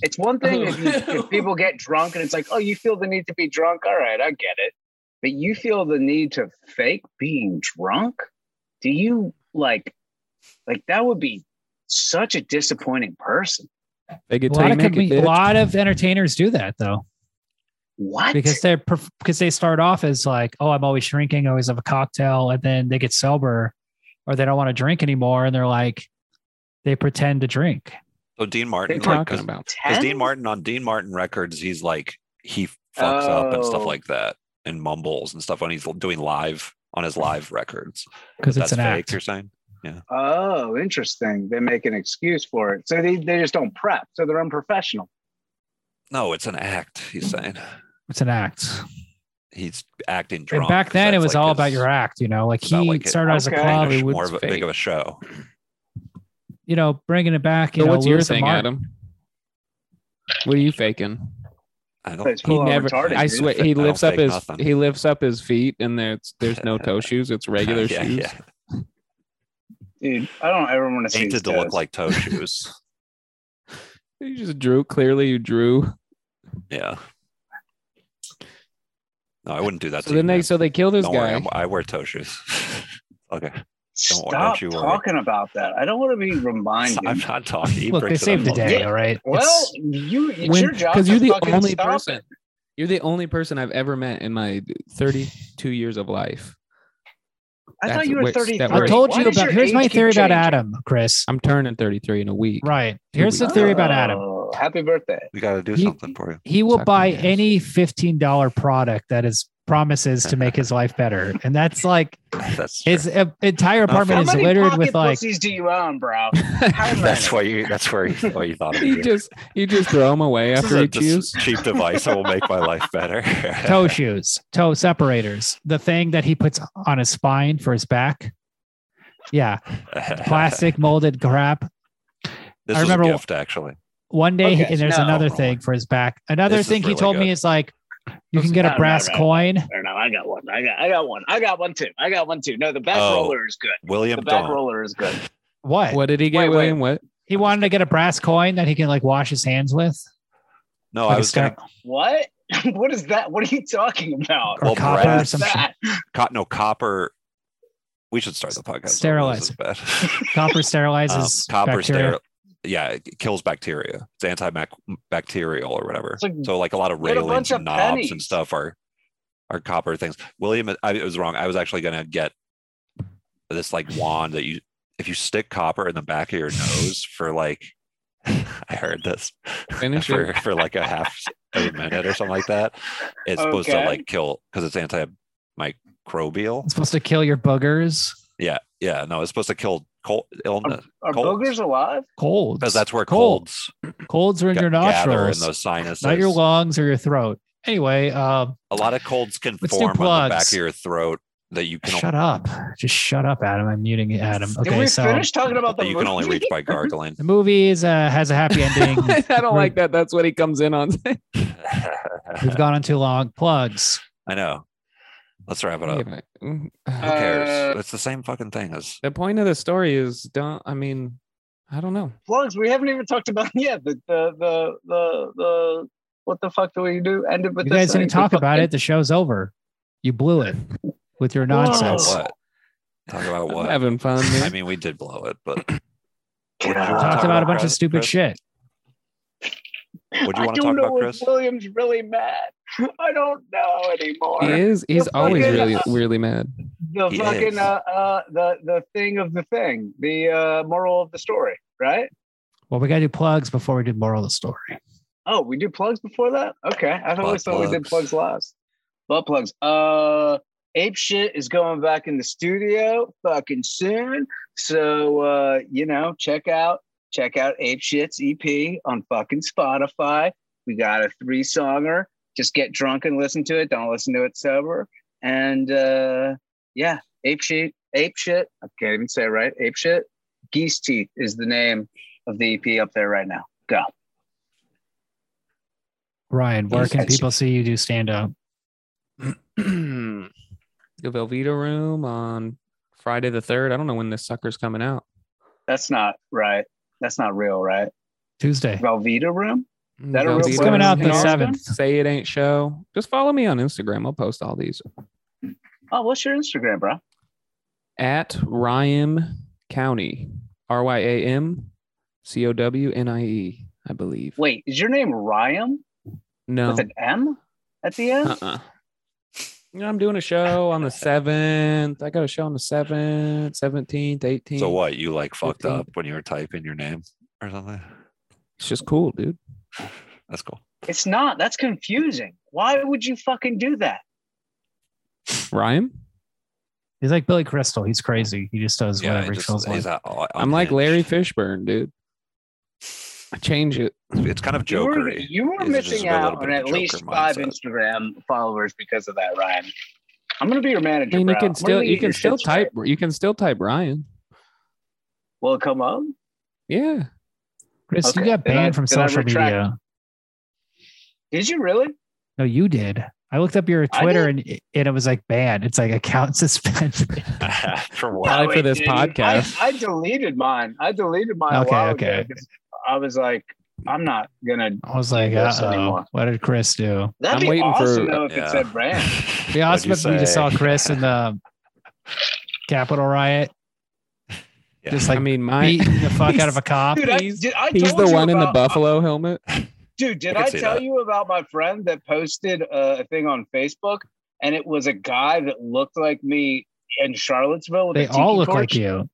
it's one thing if, you, if people get drunk and it's like, oh, you feel the need to be drunk. All right, I get it. But you feel the need to fake being drunk? Do you like, like, that would be such a disappointing person.
They
A
could
lot,
take
of
make
com-
it.
a
bitch.
lot of entertainers do that though.
What?
because they're perf- because they start off as like, oh, I'm always drinking, I always have a cocktail, and then they get sober, or they don't want to drink anymore, and they're like, they pretend to drink.
so
What are
Dean Martin,
you
like,
talking about?
because
10?
Dean Martin on Dean Martin records, he's like he fucks up and stuff
Oh.
like that, and mumbles and stuff when he's doing live on his live records.
'Cause
that's
it's an
fake.
act.
You're saying?
Oh, interesting. They make an excuse for it. So they, they just don't prep. So they're unprofessional.
No, it's an act. He's saying
It's an act.
he's acting drunk.
And back
'cause
then, it
that's,
was
like,
all
his-
about your act. You know, like
it's about,
he
like, it-
started out as a
Okay.
club.
Making a sh-
Hollywood
more of a, big of a show.
You know, bringing it back. You
So
know,
what's your
Lewis and
thing,
Mark.
Adam? What are you faking?
I
So it's
don't.
full on
never-
retarded,
I
dude.
swear, he
I don't
lifts up
fake
his
nothing.
he lifts up his feet, and there's there's no toe shoes. It's regular
yeah,
shoes.
Yeah.
Dude, I don't ever want to see
Painted to
these
look
guys.
like toe shoes.
You just drew clearly. You drew.
Yeah. No, I wouldn't do that.
so
to
then
you,
they
man.
so they kill this
Don't worry,
guy.
I'm- I wear toe shoes. okay, Don't
Stop
worry, don't you worry.
talking about that. I don't want to be reminded.
I'm not talking. He
Look, they
brings it
saved the
up all
day.
Yeah.
All right.
well,
It's-
you it's
When-
your job
'cause
to
you're the
fucking
only
stop
person.
it.
You're the only person I've ever met in my 32 years of life.
I
That's
thought you were
wait, that
33.
I
works.
told
Why
you
does
about.
your
Here's
age
my
keep
theory about
changing?
Adam, Chris.
I'm turning 33 in a week.
Right. Here's the
weeks.
theory about Adam.
Oh, happy birthday.
We got to do
He-
something for you.
he will
Suck
buy
my ass.
any $15 product that is promises to make his life better and that's like
That's
his
true.
uh, entire apartment
How
It's
is
many
littered
pocket
with like
pussies do you own, bro? How many?
That's why you. That's where you, what you thought of
You
it.
just you just throw them away
This
after
is
you
a dis-
choose.
cheap device that will make my life better.
toe shoes toe separators the thing that he puts on his spine for his back yeah plastic molded crap
This is
I remember-
a gift, actually.
one day
Okay,
and there's
no.
another
Wrong
thing
one.
for his back another
This is
thing he
really
told me
good.
is like you
This
can
is-
get
no,
a
no,
brass
no.
coin
Or no, I got one. I got I got one. I got one too. I got one too. No, the back
Oh.
roller is good. The
William
back
Dawn.
roller is good.
what
What did he get,
Wait, wait.
William? What?
he wanted to get a brass coin that he can like wash his hands with
No,
like
I
a
was gonna,
scar-
What? what is that? What are you talking about?
or
Well,
copper or
Oh, brass-
some shit.
that?
co- no copper. We should start the podcast.
Sterilize.
Bad.
copper
um,
sterilizes
copper
bacteria.
steril. Yeah, it kills bacteria. It's antibacterial or whatever.
It's like-
so like a lot of
What a
railings
bunch
and
of
knobs and
pennies.
stuff are are copper things. William, I it was wrong. I was actually gonna get this like wand that you if you stick copper in the back of your nose for like I heard this
Finish
for,
it.
for like a half a minute or something like that, it's supposed to
Okay.
like kill because it's antimicrobial.
It's supposed to kill your boogers.
Yeah, yeah, no, it's supposed to kill cold
Um,
illness
Are
Colds.
boogers alive?
Colds.
because that's where
Cold.
colds
Colds are in
ga-
your
gather in
nostrils,
those sinuses.
not your lungs or your throat. Anyway, um,
a lot of colds can
Let's do
form on the back
plugs.
of your throat that you can
shut up. Just shut up, Adam. I'm muting you, Adam.
Did
Okay,
we
so
finish talking about the
that you can only
movie?
reach by gargling.
the movie is uh, has a happy ending.
I don't like that. That's what he comes in on.
We've gone on too long. Plugs.
I know. Let's wrap it up. Who
the
Uh,
cares? It's the same fucking thing as
point of the story is don't. I mean, I don't know.
plugs. We haven't even talked about yeah the the the the, the what the fuck do we do? Ended with
you
this
guys didn't
thing.
talk
We
about
fucking-
it. The show's over. You blew it with your
Whoa.
nonsense.
what? Talk about
I'm
what?
having fun. man.
I mean, we did blow it, but
Get
What did you
out.
wanna
Talked
talk
about a bunch of
Chris?
stupid
Chris?
shit.
what do you
I
want to
don't
talk about,
know if
Chris?
William's really mad. I don't know anymore.
he is. He's
the
always
fucking-
really, really mad.
The
He is.
fucking uh, uh, the the thing of the thing, the uh, moral of the story, right?
Well, we gotta do plugs before we do moral of the story.
Oh, we do plugs before that? Okay. I've always
Butt
thought we did
plugs.
plugs last. Butt plugs. Uh Ape Shit is going back in the studio fucking soon. So uh, you know, check out check out Ape Shit's EP on fucking Spotify. We got a three songer. Just get drunk and listen to it. Don't listen to it sober. And uh yeah, Ape Shit, Ape Shit. I can't even say it right. Ape Shit. Geese Teeth is the name of the EP up there right now. Go.
Ryan, where can
Yes.
people see you do stand up?
the Velveeta Room on Friday the third. I don't know when this sucker's coming out.
That's not right. That's not real, right?
Tuesday.
Velveeta room? that a real
Velveeta
It's coming out
Room.
the
Austin?
seventh.
Say it ain't show. Just follow me on Instagram. I'll post all these
Oh, what's your Instagram, bro?
at Ryan County. R Y A M C O W N I E. I believe.
Wait, is your name Ryan
no.
with an M at the end?
Uh-uh. You know, I'm doing a show on the seventh. I got a show on the seventh, seventeenth, eighteenth.
So what? You like fucked
15.
up when you were typing your name or something?
It's just cool, dude.
That's cool.
It's not. That's confusing. Why would you fucking do that?
Ryan,
He's like Billy Crystal. He's crazy. He just does
Yeah,
whatever
he
he
just-
feels like.
he's a- oh,
I'm like Larry
unhinged.
Fishburne, dude. I change it.
It's kind of
You were-
jokery.
You were,
Is it just
missing
a little
out
bit of
on
a
at
Joker
least five
mindset?
Instagram followers because of that, Ryan. I'm gonna be your
I
manager.
mean, you
bro. I'm
can
gonna
still
get
you can
your
still
shit straight.
type you can still type Ryan.
Will it come up?
Yeah,
Chris, you
Okay,
got
then I-
banned from
then I
social
retract.
media.
Did you really?
No, you did. I looked up your
I
Twitter and and it was like banned. It's like account suspended.
For what?
Probably
No,
for
it
this
didn't.
podcast.
I, I deleted mine. I deleted mine.
Okay,
a while
okay.
Ago 'cause I was like, I'm not gonna
I was like,
Yes,
uh
anymore.
what did Chris do?
That'd
I'm
be
waiting
awesome
for-
though if
Yeah.
it said brand.
Be awesome if
What'd you
we just saw
say?
Chris in the Capitol riot,
Yeah.
just
I
like
mean, my
beating the fuck out of a cop.
Dude, I,
He's-
did, I
he's
told
the
you
one in the
about-
buffalo helmet.
Dude, did
I
I,
could see
tell
that.
you about my friend that posted uh, a thing on Facebook, and it was a guy that looked like me in Charlottesville with
They
a tiki
all look
torch?
like you.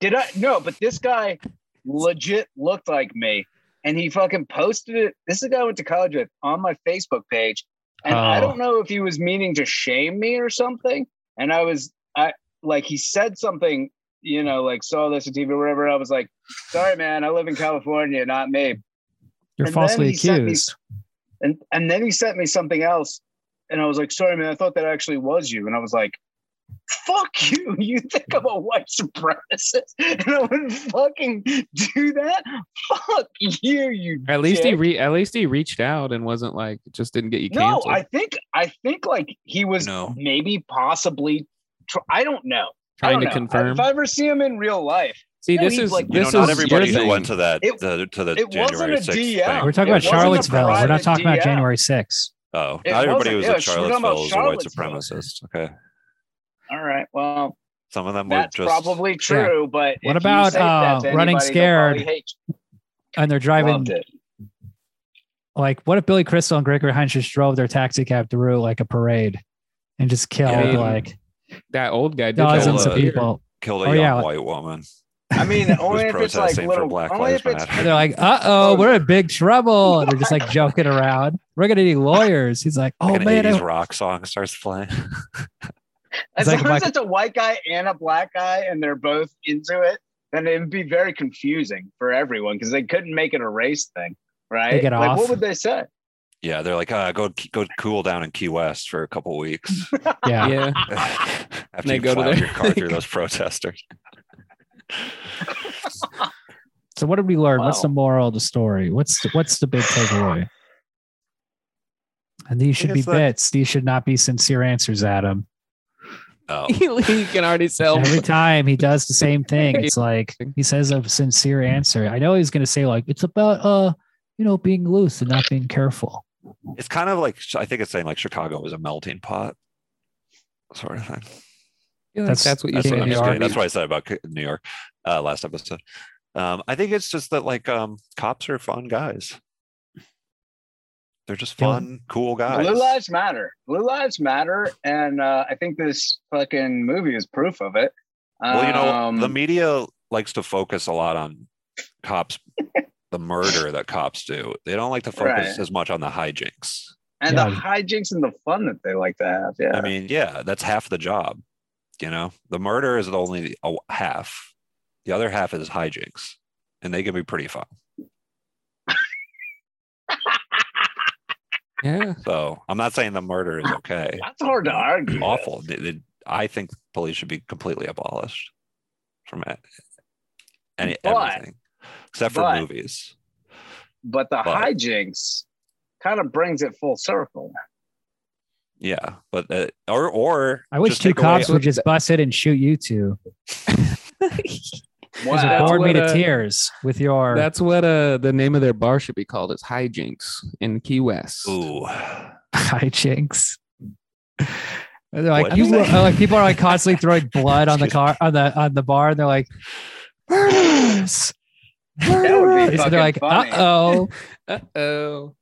Did I? No, but this guy legit looked like me, and he fucking posted it. This is a guy I went to college with on my Facebook page, and I
Oh.
don't know if he was meaning to shame me or something. And I was, I like he said something, you know, like saw this on TV or whatever. I was like, sorry, man, I live in California, not me.
You're
And then
falsely
he sent me-
accused.
And and then he sent me something else, and I was like, sorry, man, I thought that actually was you. And I was like, fuck you, you think I'm a white supremacist, and I would fucking do that. Fuck you, you.
At least
dick.
he re- at least he reached out and wasn't like just didn't get you
No,
canceled.
I think I think like he was
No.
maybe possibly. Tr- I don't know. I
trying
don't
to
know.
confirm.
If I ever see him in real life,
See,
No,
this
he's
is
like-
You know,
this
not
is
everybody
your
who
thing.
went to that
It-
the, to the
it wasn't
January
a
6th
DM.
thing.
We're talking
It
about
wasn't a
Charlottesville. We're not
private
talking about
DM.
January 6th.
Oh,
It
not everybody who was
wasn't-
at
yeah, we're talking about
Charlottesville is a white
Charlottesville.
supremacist. Okay.
all right. Well,
Some of them were
that's
just
probably true. But
What
if you
about,
say that to
uh, Running
anybody, they'll probably
Scared?
hate you.
And they're driving
Loved it.
like what if Billy Crystal and Gregory Hines just drove their taxi cab through like a parade and just killed
Yeah.
like
That old guy did that
all
dozens of
uh,
over here.
people?
killed a
Oh,
young
yeah.
white woman.
I mean, only if it's like
protesting for
little,
Black
only
Lives
if it's
Matter.
And they're like, "Uh oh, we're in big trouble." And they're just like joking around. We're gonna need lawyers. He's like, "Oh
Like an
man, I-
80s rock song starts playing.
As
It's like
long as
Michael-
it's a white guy and a black guy and they're both into it, then it would be very confusing for everyone because they couldn't make it a race thing, right?
Take it
like,
off.
What would they say?
yeah, they're like, uh, go go cool down in Key West for a couple weeks
yeah,
yeah.
after
They
you
go to
plowed
their-
your car through those protesters.
So what did we learn? What's
Wow.
the moral of the story? What's the, what's the big takeaway? And these should be
it's like-
bits. These should not be sincere answers, Adam.
Oh,
he can already sell.
Every time he does the same thing, it's like he says a sincere answer. I know he's going to say like it's about uh you know being loose and not being careful.
it's kind of like I think it's saying like Chicago was a melting pot, sort of thing.
That's, that's what you
That's
say.
what,
in
I'm
the
saying.
army.
That's what I said about New York uh, last episode. Um, I think it's just that like um, cops are fun guys. They're just
Yeah.
fun, cool guys.
Blue lives matter. Blue lives matter, and uh, I think this fucking movie is proof of it.
Well, you know, the
Um,
media likes to focus a lot on cops, the murder that cops do. They don't like to focus
Right.
as much on the hijinks.
and the
Yeah.
hijinks and the fun that they like to have. Yeah,
I mean, yeah, that's half the job. You know, the murder is the only uh, half. The other half is hijinks, and they can be pretty fun.
yeah.
So I'm not saying the murder is okay.
that's hard to argue.
awful. They- they- I think police should be completely abolished from a- any
But-
everything except for
but-
movies.
But the
But-
hijinks kind of brings it full circle.
Yeah, but uh, or or
I wish
just
two
take away-
cops would just bust it and shoot you two. Wow.
Wow.
bored me to
What a-
tears with your.
That's what uh the name of their bar should be called is hijinks in Key West.
Ooh,
hijinks. And they're like
What'd
you
you say?
uh, like people are like constantly throwing blood on the car on the on the bar and they're like murderers.
That would be
And
fucking
they're like uh
funny.
oh
Uh oh.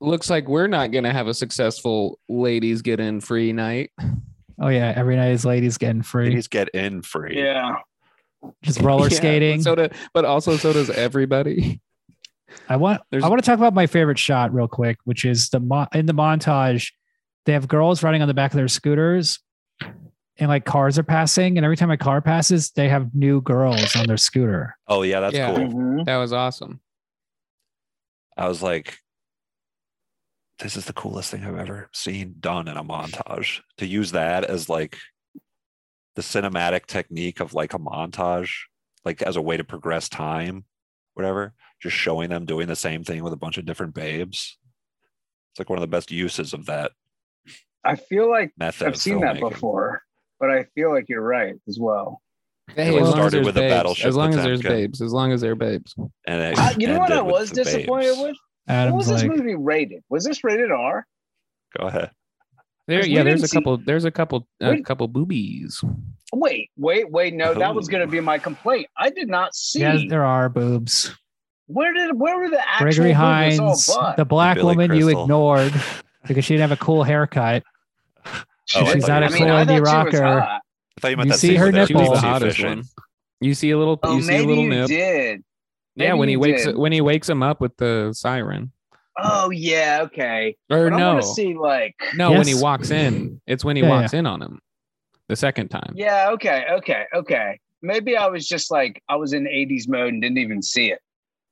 Looks like we're not gonna have a successful ladies get in free night.
oh yeah every night his lady's getting free
ladies get in free.
Yeah,
just roller
Yeah,
skating.
but So do, but also so does everybody.
I want
There's-
I want to talk about my favorite shot real quick, which is the mo- in the montage. They have girls riding on the back of their scooters, and like cars are passing, and every time a car passes, they have new girls on their scooter.
Oh yeah, that's
Yeah.
cool.
Mhm.
That was awesome.
I was like, this is the coolest thing I've ever seen done in a montage. To use that as like the cinematic technique of like a montage, like as a way to progress time, whatever, just showing them doing the same thing with a bunch of different babes. It's like one of the best uses of that
I feel like
method.
I've
of
seen that
filmmaking.
before, but I feel like you're right as well.
Hey, as long
was
as
started
there's
with a
babes,
battleship
as long as there's
Potemkin.
babes, as long as they're babes.
And it
I, Uh, you know what
ended
I
with
was
the
disappointed
babes.
with? What was
Adam's
this
like,
movie rated? Was this rated R?
Go ahead.
There,
'Cause we
yeah, there's a
didn't see-
couple. There's a couple. A
we-
couple boobies.
Wait, wait, wait. No, that was going
Oh.
to be my complaint. I did not see.
yeah, there are boobs.
where did where were the actual
Gregory
movies all Oh,
Hines,
but?
the black
Billy
woman you
Crystal.
ignored because she didn't have a cool haircut.
Oh, I
she's
thought
not
you
a
were-
I mean, I
cool indie
thought she was
rocker.
hot.
I thought you meant
You
that
see
scene
her
where they're
She was the
nipples.
deep sea
hottest
fishing.
one. You see a little.
Oh,
you see a
maybe
little
you
nip.
did.
Yeah,
Maybe
when he
you
wakes
did.
when he wakes him up with the siren.
Oh yeah, okay.
Or
But I
no,
want to see like.
no, when he
Yes.
walks in, it's when he
Yeah,
walks in on him, the second time.
Yeah, okay, okay, okay. Maybe I was just like I was in '80s mode and didn't even see it.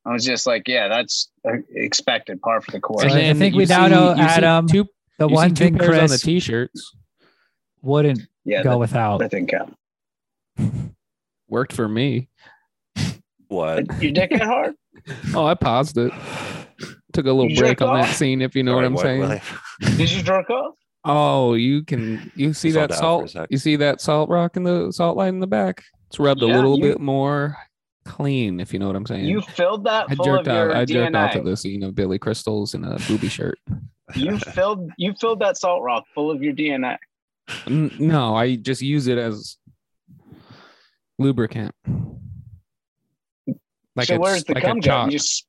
I was just like, yeah, that's uh, expected, par for the course.
And I
then
think we
you
now know
you see
Adam,
Two,
The
you see
one
two
thing
pairs on the
Chris
t-shirts
wouldn't
yeah,
go
that,
without.
that didn't count.
worked for me.
What?
Your Uh, dick get hard?
Oh, I paused it. Took a little
You
break
jerk
on that
off?
scene, if you know
Sorry,
what I'm saying.
William?
Did you jerk off?
Oh, you can you see
Just hold
that
that out for a
salt?
sec.
You see that salt rock in the salt line in the back? It's rubbed a
Yeah,
little
you-
bit more clean, if you know what I'm saying.
You filled that
I
full
jerked
of your
out. I jerked out to
DNA.
the scene of Billy Crystals in a booby shirt.
You filled you filled that salt rock full of your DNA.
N- no, I just use it as lubricant. Like
so
a,
where's the
like
cum
a
go?
chalk.
You just,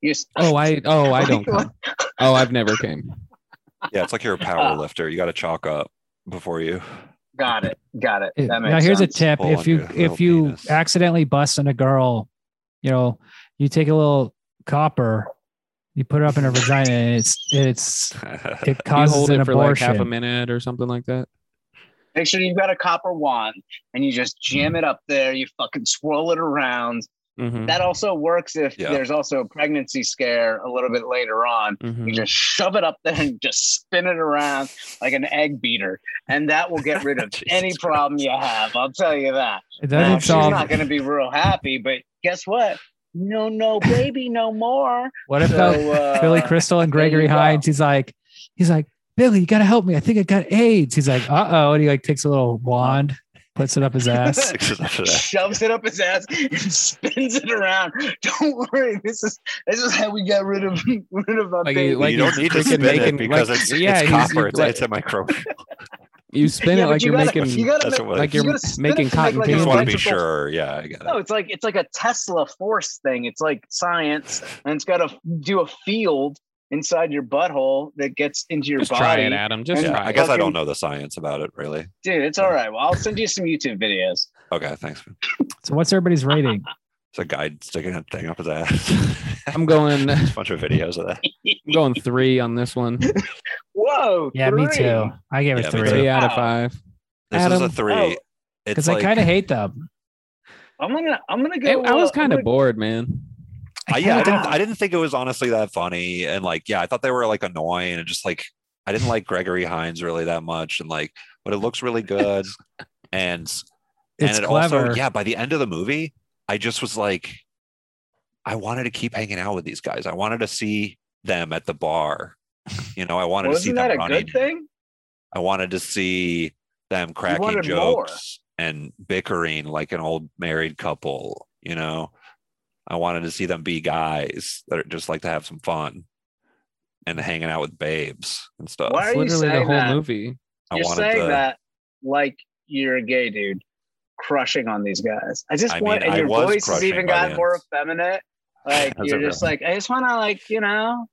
you just
Oh, I oh I don't
Like-
come. Oh, I've never came.
Yeah, it's like you're a power lifter. You got to chalk up before you.
Got it. Got it.
It-
That makes
now here's
sense.
a tip:
Pull
if
on
you
your little
if you
penis.
accidentally bust on a girl, you know, you take a little copper, you put it up in her vagina, and it's it's it
Do you
causes
hold
an
it for like
abortion.
half a minute or something like that?
Make sure you've got a copper wand and you just jam
Mm.
it up there. You fucking swirl it around.
Mm-hmm.
That also works if
Yeah.
there's also a pregnancy scare a little bit later on.
Mm-hmm.
You just shove it up there and just spin it around like an egg beater, and that will get rid of
Jesus
any problem you have. I'll tell you that.
it
Now,
doesn't
she's
solve.
not going to be real happy, but guess what? No, no, baby, no more.
what
So,
about
uh,
Billy Crystal and
there you
Gregory
go.
Hines? He's like, he's like, Billy, you gotta help me. I think I got AIDS. He's like, uh oh, and he like takes a little wand, puts it up his ass.
Six is after that.
shoves it up his ass and spins it around. Don't worry, this is this is how we got rid of rid of our
Like,
baby.
like
you don't need to
freaking
spin
making-
it because
like-
it's,
yeah,
it's
he's-
copper.
he's
It's,
like-
it's a micro.
You spin
Yeah,
it
but
like
you
you are
gotta-
making.
you gotta
That's what it
like
is.
you're
You gotta spin
making
it to make
cotton
like
You
an
just want to be
electrical-
sure. Yeah, I get it.
No, it's like it's like a Tesla force thing. It's like science, and it's got to do a field inside your butthole that gets into your
Just
body.
try it, Adam. Just
yeah,
try
I
it.
guess I
fucking-
don't know the science about it really.
Dude, it's all right. Well, I'll send you some YouTube videos.
Okay, thanks. man.
So what's everybody's rating?
It's a guy sticking a thing up his ass.
I'm going. I'm
There's a bunch of videos of that.
going three on this one.
Whoa!
Yeah, me
three.
too. I gave it
Yeah, me
three
too.
Three out of
Wow.
five.
This is
Adam-
a three.
Oh,
it's
because
like
I kind of hate them.
I'm gonna I'm gonna
It-
go.
I was
uh, I'm
kind of
gonna-
bored, man.
I- yeah, I didn't,
Yeah.
I didn't think it was honestly that funny, and like, yeah, I thought they were like annoying, and just like, I didn't like Gregory Hines really that much, and like, but it looks really good, and
It's
and it
clever.
also, yeah, by the end of the movie, I just was like, I wanted to keep hanging out with these guys. I wanted to see them at the bar. You know, I wanted to see
Wasn't that
them
a
running.
good thing?
I wanted to see them cracking
wanted
jokes and bickering like an old married couple, you know. I wanted to see them be guys that are just like to have some fun and hanging out with babes and stuff.
Why are
It's
you
literally the
saying
whole
that?
movie.
I
You're
wanted
saying
to
that like you're a gay dude crushing on these guys. I just
I
want,
mean,
and
I
your
was
voice has
crushing
even
by the
gotten
end.
more effeminate. Like
That's
you're
a
just like, I just want to like, you know,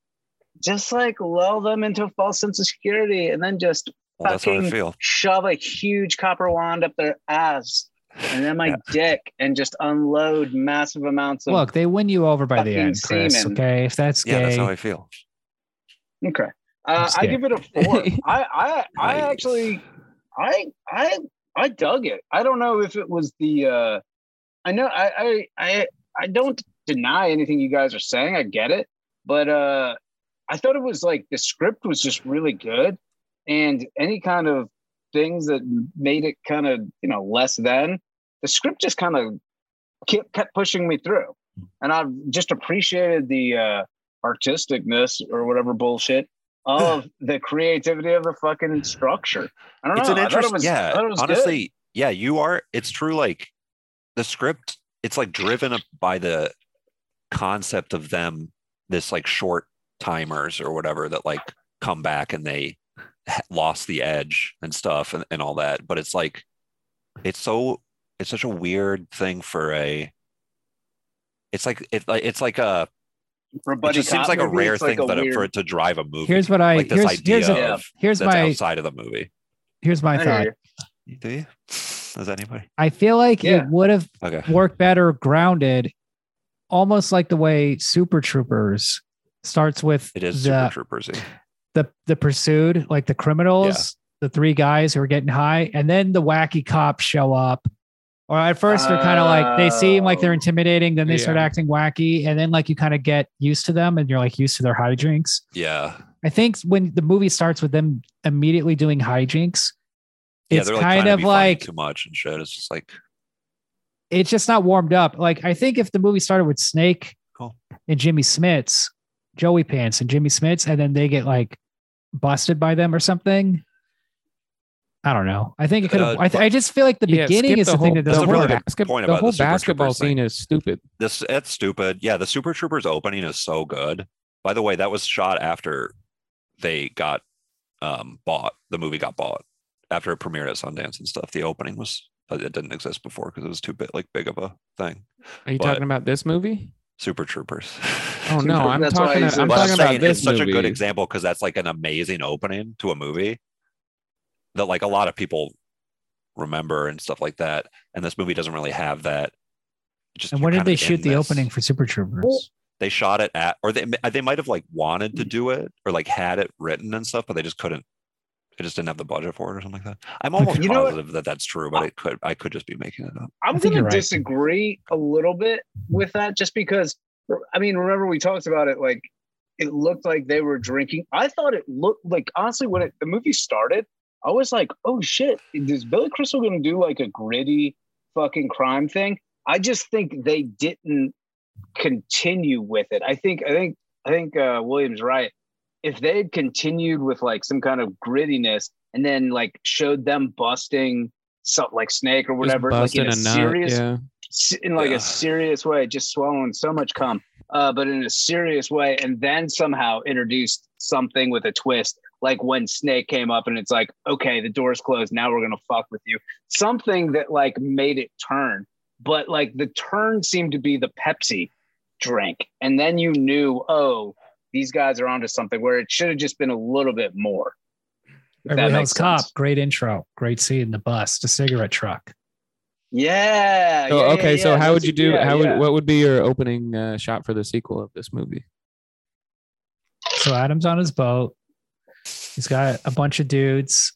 just like lull them into a false sense of security and then just
well, that's how I
fucking-
feel.
shove a huge copper wand up their ass and then my
Yeah.
dick and just unload massive amounts of.
Look, they win you over by the
fucking
end, Chris.
semen.
Okay, if that's
Yeah, that's
gay,
how I feel.
Okay. Uh,
Just
I
kidding.
give it a four. I, I, I actually I I I dug it. I don't know if it was the uh I know I I I, I don't deny anything you guys are saying. I get it. But uh I thought it was like the script was just really good and any kind of things that made it kind of, you know, less than the script just kind of kept, kept pushing me through.
Hmm.
And I've just appreciated the uh artisticness or whatever bullshit of the creativity of the fucking structure. I don't
it's
know.
an
Oh, I thought it
interesting
was, I
yeah
thought it was good.
honestly yeah you are it's true like the script it's like driven up by the concept of them this like short timers or whatever that like come back and they ha- lost the edge and stuff and, and all that but it's like it's so it's such a weird thing for a it's like it, like- it's like a
for
it
Buddy
just seems
Cop
like a
movies,
rare
it's
thing
like
that
a
it- for
weird-
it to drive a movie
here's what I
like this
here's
idea
here's,
of
here's
that's
my
outside of the movie
here's my
I hear
thought.
you.
do you does anybody
I feel like
Yeah.
it would have
okay
worked better grounded, almost like the way Super Troopers starts with
It is
the
Super Troopersy.
the the pursued, like the criminals, the three guys who are getting high, and then the wacky cops show up. Or at first they're kind of like they seem like they're
Oh.
intimidating, then they start
Yeah.
acting wacky, and then like you kind of get used to them, and you're like used to their hijinks.
Yeah.
I think when the movie starts with them immediately doing hijinks,
Yeah,
it's
they're like trying
kind
to
of
be funny
like
too much and shit. It's just like
it's just not warmed up. Like I think if the movie started with Snake
Cool.
and Jimmy Smits, Joey Pants and Jimmy Smits, and then they get like busted by them or something. I don't know. I think it could have.
Uh,
I, th- I just feel like the
Yeah, skip
beginning is the,
the
thing
whole-
that
That's
doesn't
a really
work.
big
Basket-
point
the
about
whole
the Super
basketball
Troopers thing.
scene is stupid.
this that's stupid. Yeah, the Super Troopers opening is so good. By the way, that was shot after they got um bought. The movie got bought after it premiered at Sundance and stuff. The opening was uh, it didn't exist before because it was too bit like big of a thing.
Are you
But-
talking about this movie?
Super Troopers.
Oh no, I'm
That's why
talking.
he's-
About, I'm
But
talking about
saying
this
it's such
movie.
a good example because that's like an amazing opening to a movie that like a lot of people remember and stuff like that. And this movie doesn't really have that. Just
And
you're
where did
kind of
they
in
shoot the
this.
opening for Super Troopers?
Well,
They shot it at, or they uh, they might have like wanted to do it or like had it written and stuff, but they just couldn't. They just didn't have the budget for it or something like that. I'm almost
Okay. You know what?
positive that that's true, but it could I could just be making it up.
I'm
I think
going
you're
to
right.
disagree a little bit with that just because, I mean, remember we talked about it, like, it looked like they were drinking. I thought it looked like, honestly, when it, the movie started, I was like, oh shit, is Billy Crystal going to do like a gritty fucking crime thing? I just think they didn't continue with it. I think, I think, I think uh, William's right. If they had continued with like some kind of grittiness and then like showed them busting something like Snake or whatever, like in a, serious,
yeah.
s- in like
Yeah.
a serious way, just swallowing so much cum, uh, but in a serious way, and then somehow introduced something with a twist, like when Snake came up and it's like, okay, the door's closed, now we're gonna fuck with you. Something that like made it turn, but like the turn seemed to be the Pepsi drink, and then you knew, oh, these guys are onto something. Where it should have just been a little bit more. If that
Beverly
makes
Hills Cop,
sense.
great intro, great scene, the bus, the cigarette truck.
Yeah.
So,
yeah, yeah,
okay, so
yeah,
how
those
would
are-
you do?
yeah,
how
yeah.
would what would be your opening uh, shot for the sequel of this movie?
So Adam's on his boat. He's got a bunch of dudes.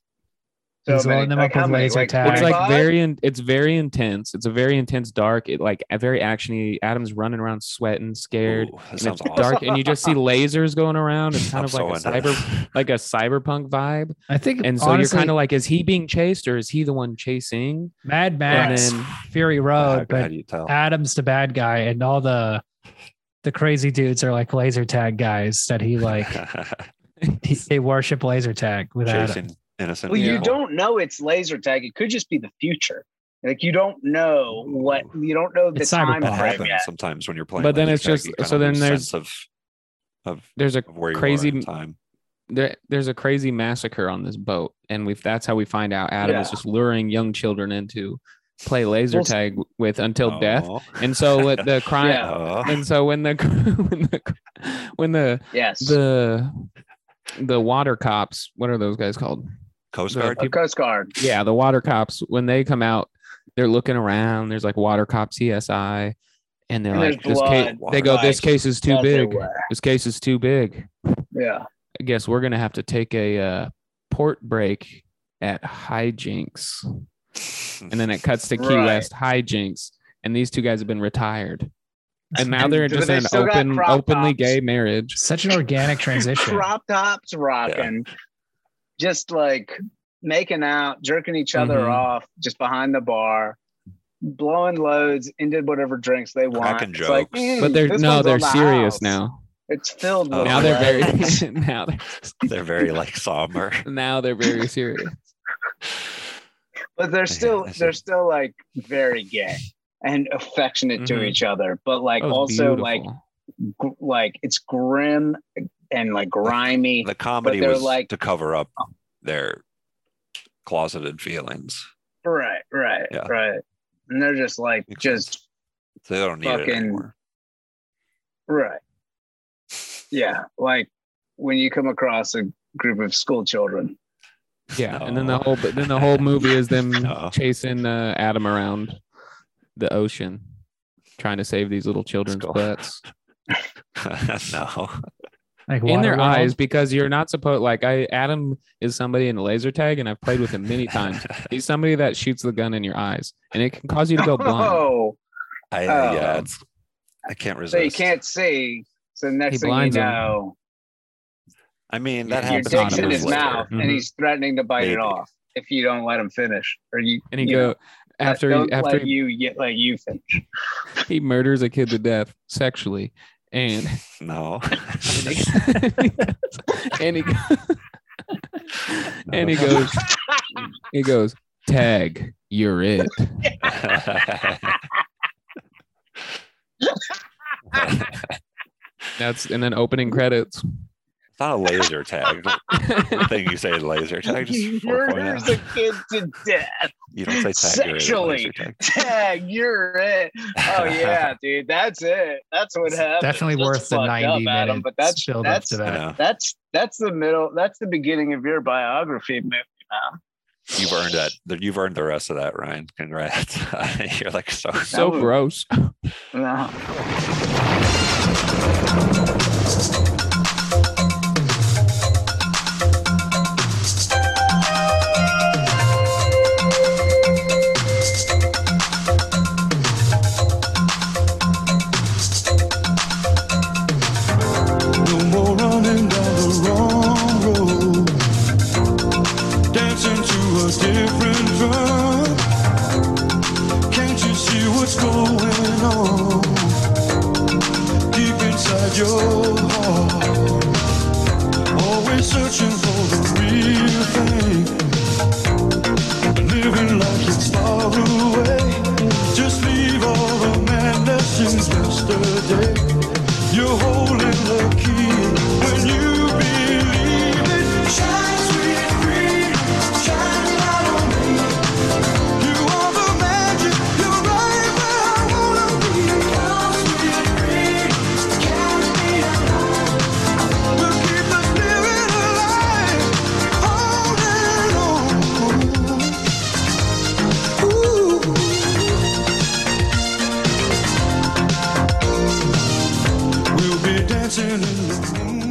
So
He's
many-
loading them
like
up
how
with
many?
laser
Like
tag.
It's like
25?
very in, it's very intense. It's a very intense dark. It like a very actiony. Adam's running around sweating, scared.
Ooh, that
and
sounds
it's
awesome.
dark and you just see lasers going around. It's kind
I'm
of like
so
a
into
cyber
that.
like a cyberpunk vibe.
I think
And so
honestly,
you're kind of like, is he being chased or is he the one chasing?
Mad Max,
then-
Fury
How-
Ah,
Road,
how
but
do you tell?
Adam's the bad guy, and all the the crazy dudes are like laser tag guys that he like. he, they worship laser tag with Adam.
chasing innocent.
Well, you
people.
don't know it's laser tag. It could just be the future. Like you don't know what you don't know the
It's
time
that
cyberpunk.
frame
happens
yet.
sometimes when you're playing.
But then
laser
it's
tag,
just-
you kinda
so then
lose
there's-
sense of of,
There's a
of where you
crazy
are in
m-
time.
there, there's a crazy massacre on this boat, and we've that's how we find out Adam is
Yeah.
just luring young children into play laser
Well, s-
tag with until death.
Oh.
And so what the crime
Yeah.
Oh.
and so when the when the when the
Yes.
the the water cops, what are those guys called?
Coast
the-
Guard.
A Coast Guard.
yeah, the water cops, when they come out, they're looking around. There's like water cop CSI, and they're
And
like,
there's
this case,
blood,
they go, this
like,
case is too big.
Everywhere.
This case is too big.
Yeah.
I guess we're gonna have to take a uh, port break at hijinks, and then it cuts to Key
Right.
West hijinks, and these two guys have been retired, and now
And
they're
do
just
they
in an
still got
open,
crop
openly
tops?
gay marriage.
Such an organic transition.
Crop tops rocking. Just like making out, jerking each other
Mhm.
off just behind the bar, blowing loads into whatever drinks they want.
Cracking
It's like,
jokes.
mm,
But they're
this
no,
one's on
they're
the
serious
house.
now.
It's filled
Oh,
with
now they're very
loads.
now they're
They're very like somber.
now they're very serious.
but they're still
I see.
they're still like very gay and affectionate to
Mhm.
each other but like
That was
also
beautiful.
like gr- like it's grim and like grimy
The comedy
they're
was
like-
to cover up their closeted feelings.
right right
Yeah.
right and they're just like
Makes
just
So they don't need it
Fucking-
anymore.
right yeah like when you come across a group of school children
Yeah, and then the
No.
whole but then the whole movie is them
No.
chasing uh, Adam around the ocean, trying to save these little children's
go.
butts
no.
like
in their
Waterworld.
eyes because you're not supposed like I Adam is somebody in laser tag and I've played with him many times. He's somebody that shoots the gun in your eyes and it can cause you to go blind.
oh
I,
Oh.
yeah, it's, I can't resist.
so you can't see so next
He
thing you
blinds 'em.
know
I mean, that
Your
your
happens.
dick's in
years
his
later.
mouth
Mhm.
and he's threatening to bite it
Maybe.
off if you don't let him finish or you
And he
you
go
know,
after
don't
he, after
let
he
you ye- let you finish
he murders a kid to death sexually and
No.
and he and he goes he goes tag you're it
it's
that's and then opening credits
not a laser tag. The thing you say is laser tag.
he
Just wanna point
murders
out.
a kid to death
You don't say tag.
Sexually.
You're a laser tag.
tag you're it oh yeah dude that's it that's what
It's
happened
definitely
That's
worth the
fucked up,
90
Adam,
minute
but that's
build up
that's
to
I
that.
know.
that's that's the middle that's the beginning of your biography man
You've earned that. You've earned the rest of that, Ryan. Congrats. You're like so.
So
was-
gross.
No.
No more running down the wrong road. Dancing to a different drum. Can't you see what's going on? Deep inside your heart. Always searching for the real thing. Living like it's far away. Just leave all the madness in yesterday. You're holding the key when you believe it. Shine, sweet freedom, shine light on me. You are the magic, you're right where I wanna be. Come, sweet freedom, carry me along. We'll keep the spirit alive, on and on. Ooh. We'll be dancing in the moonlight.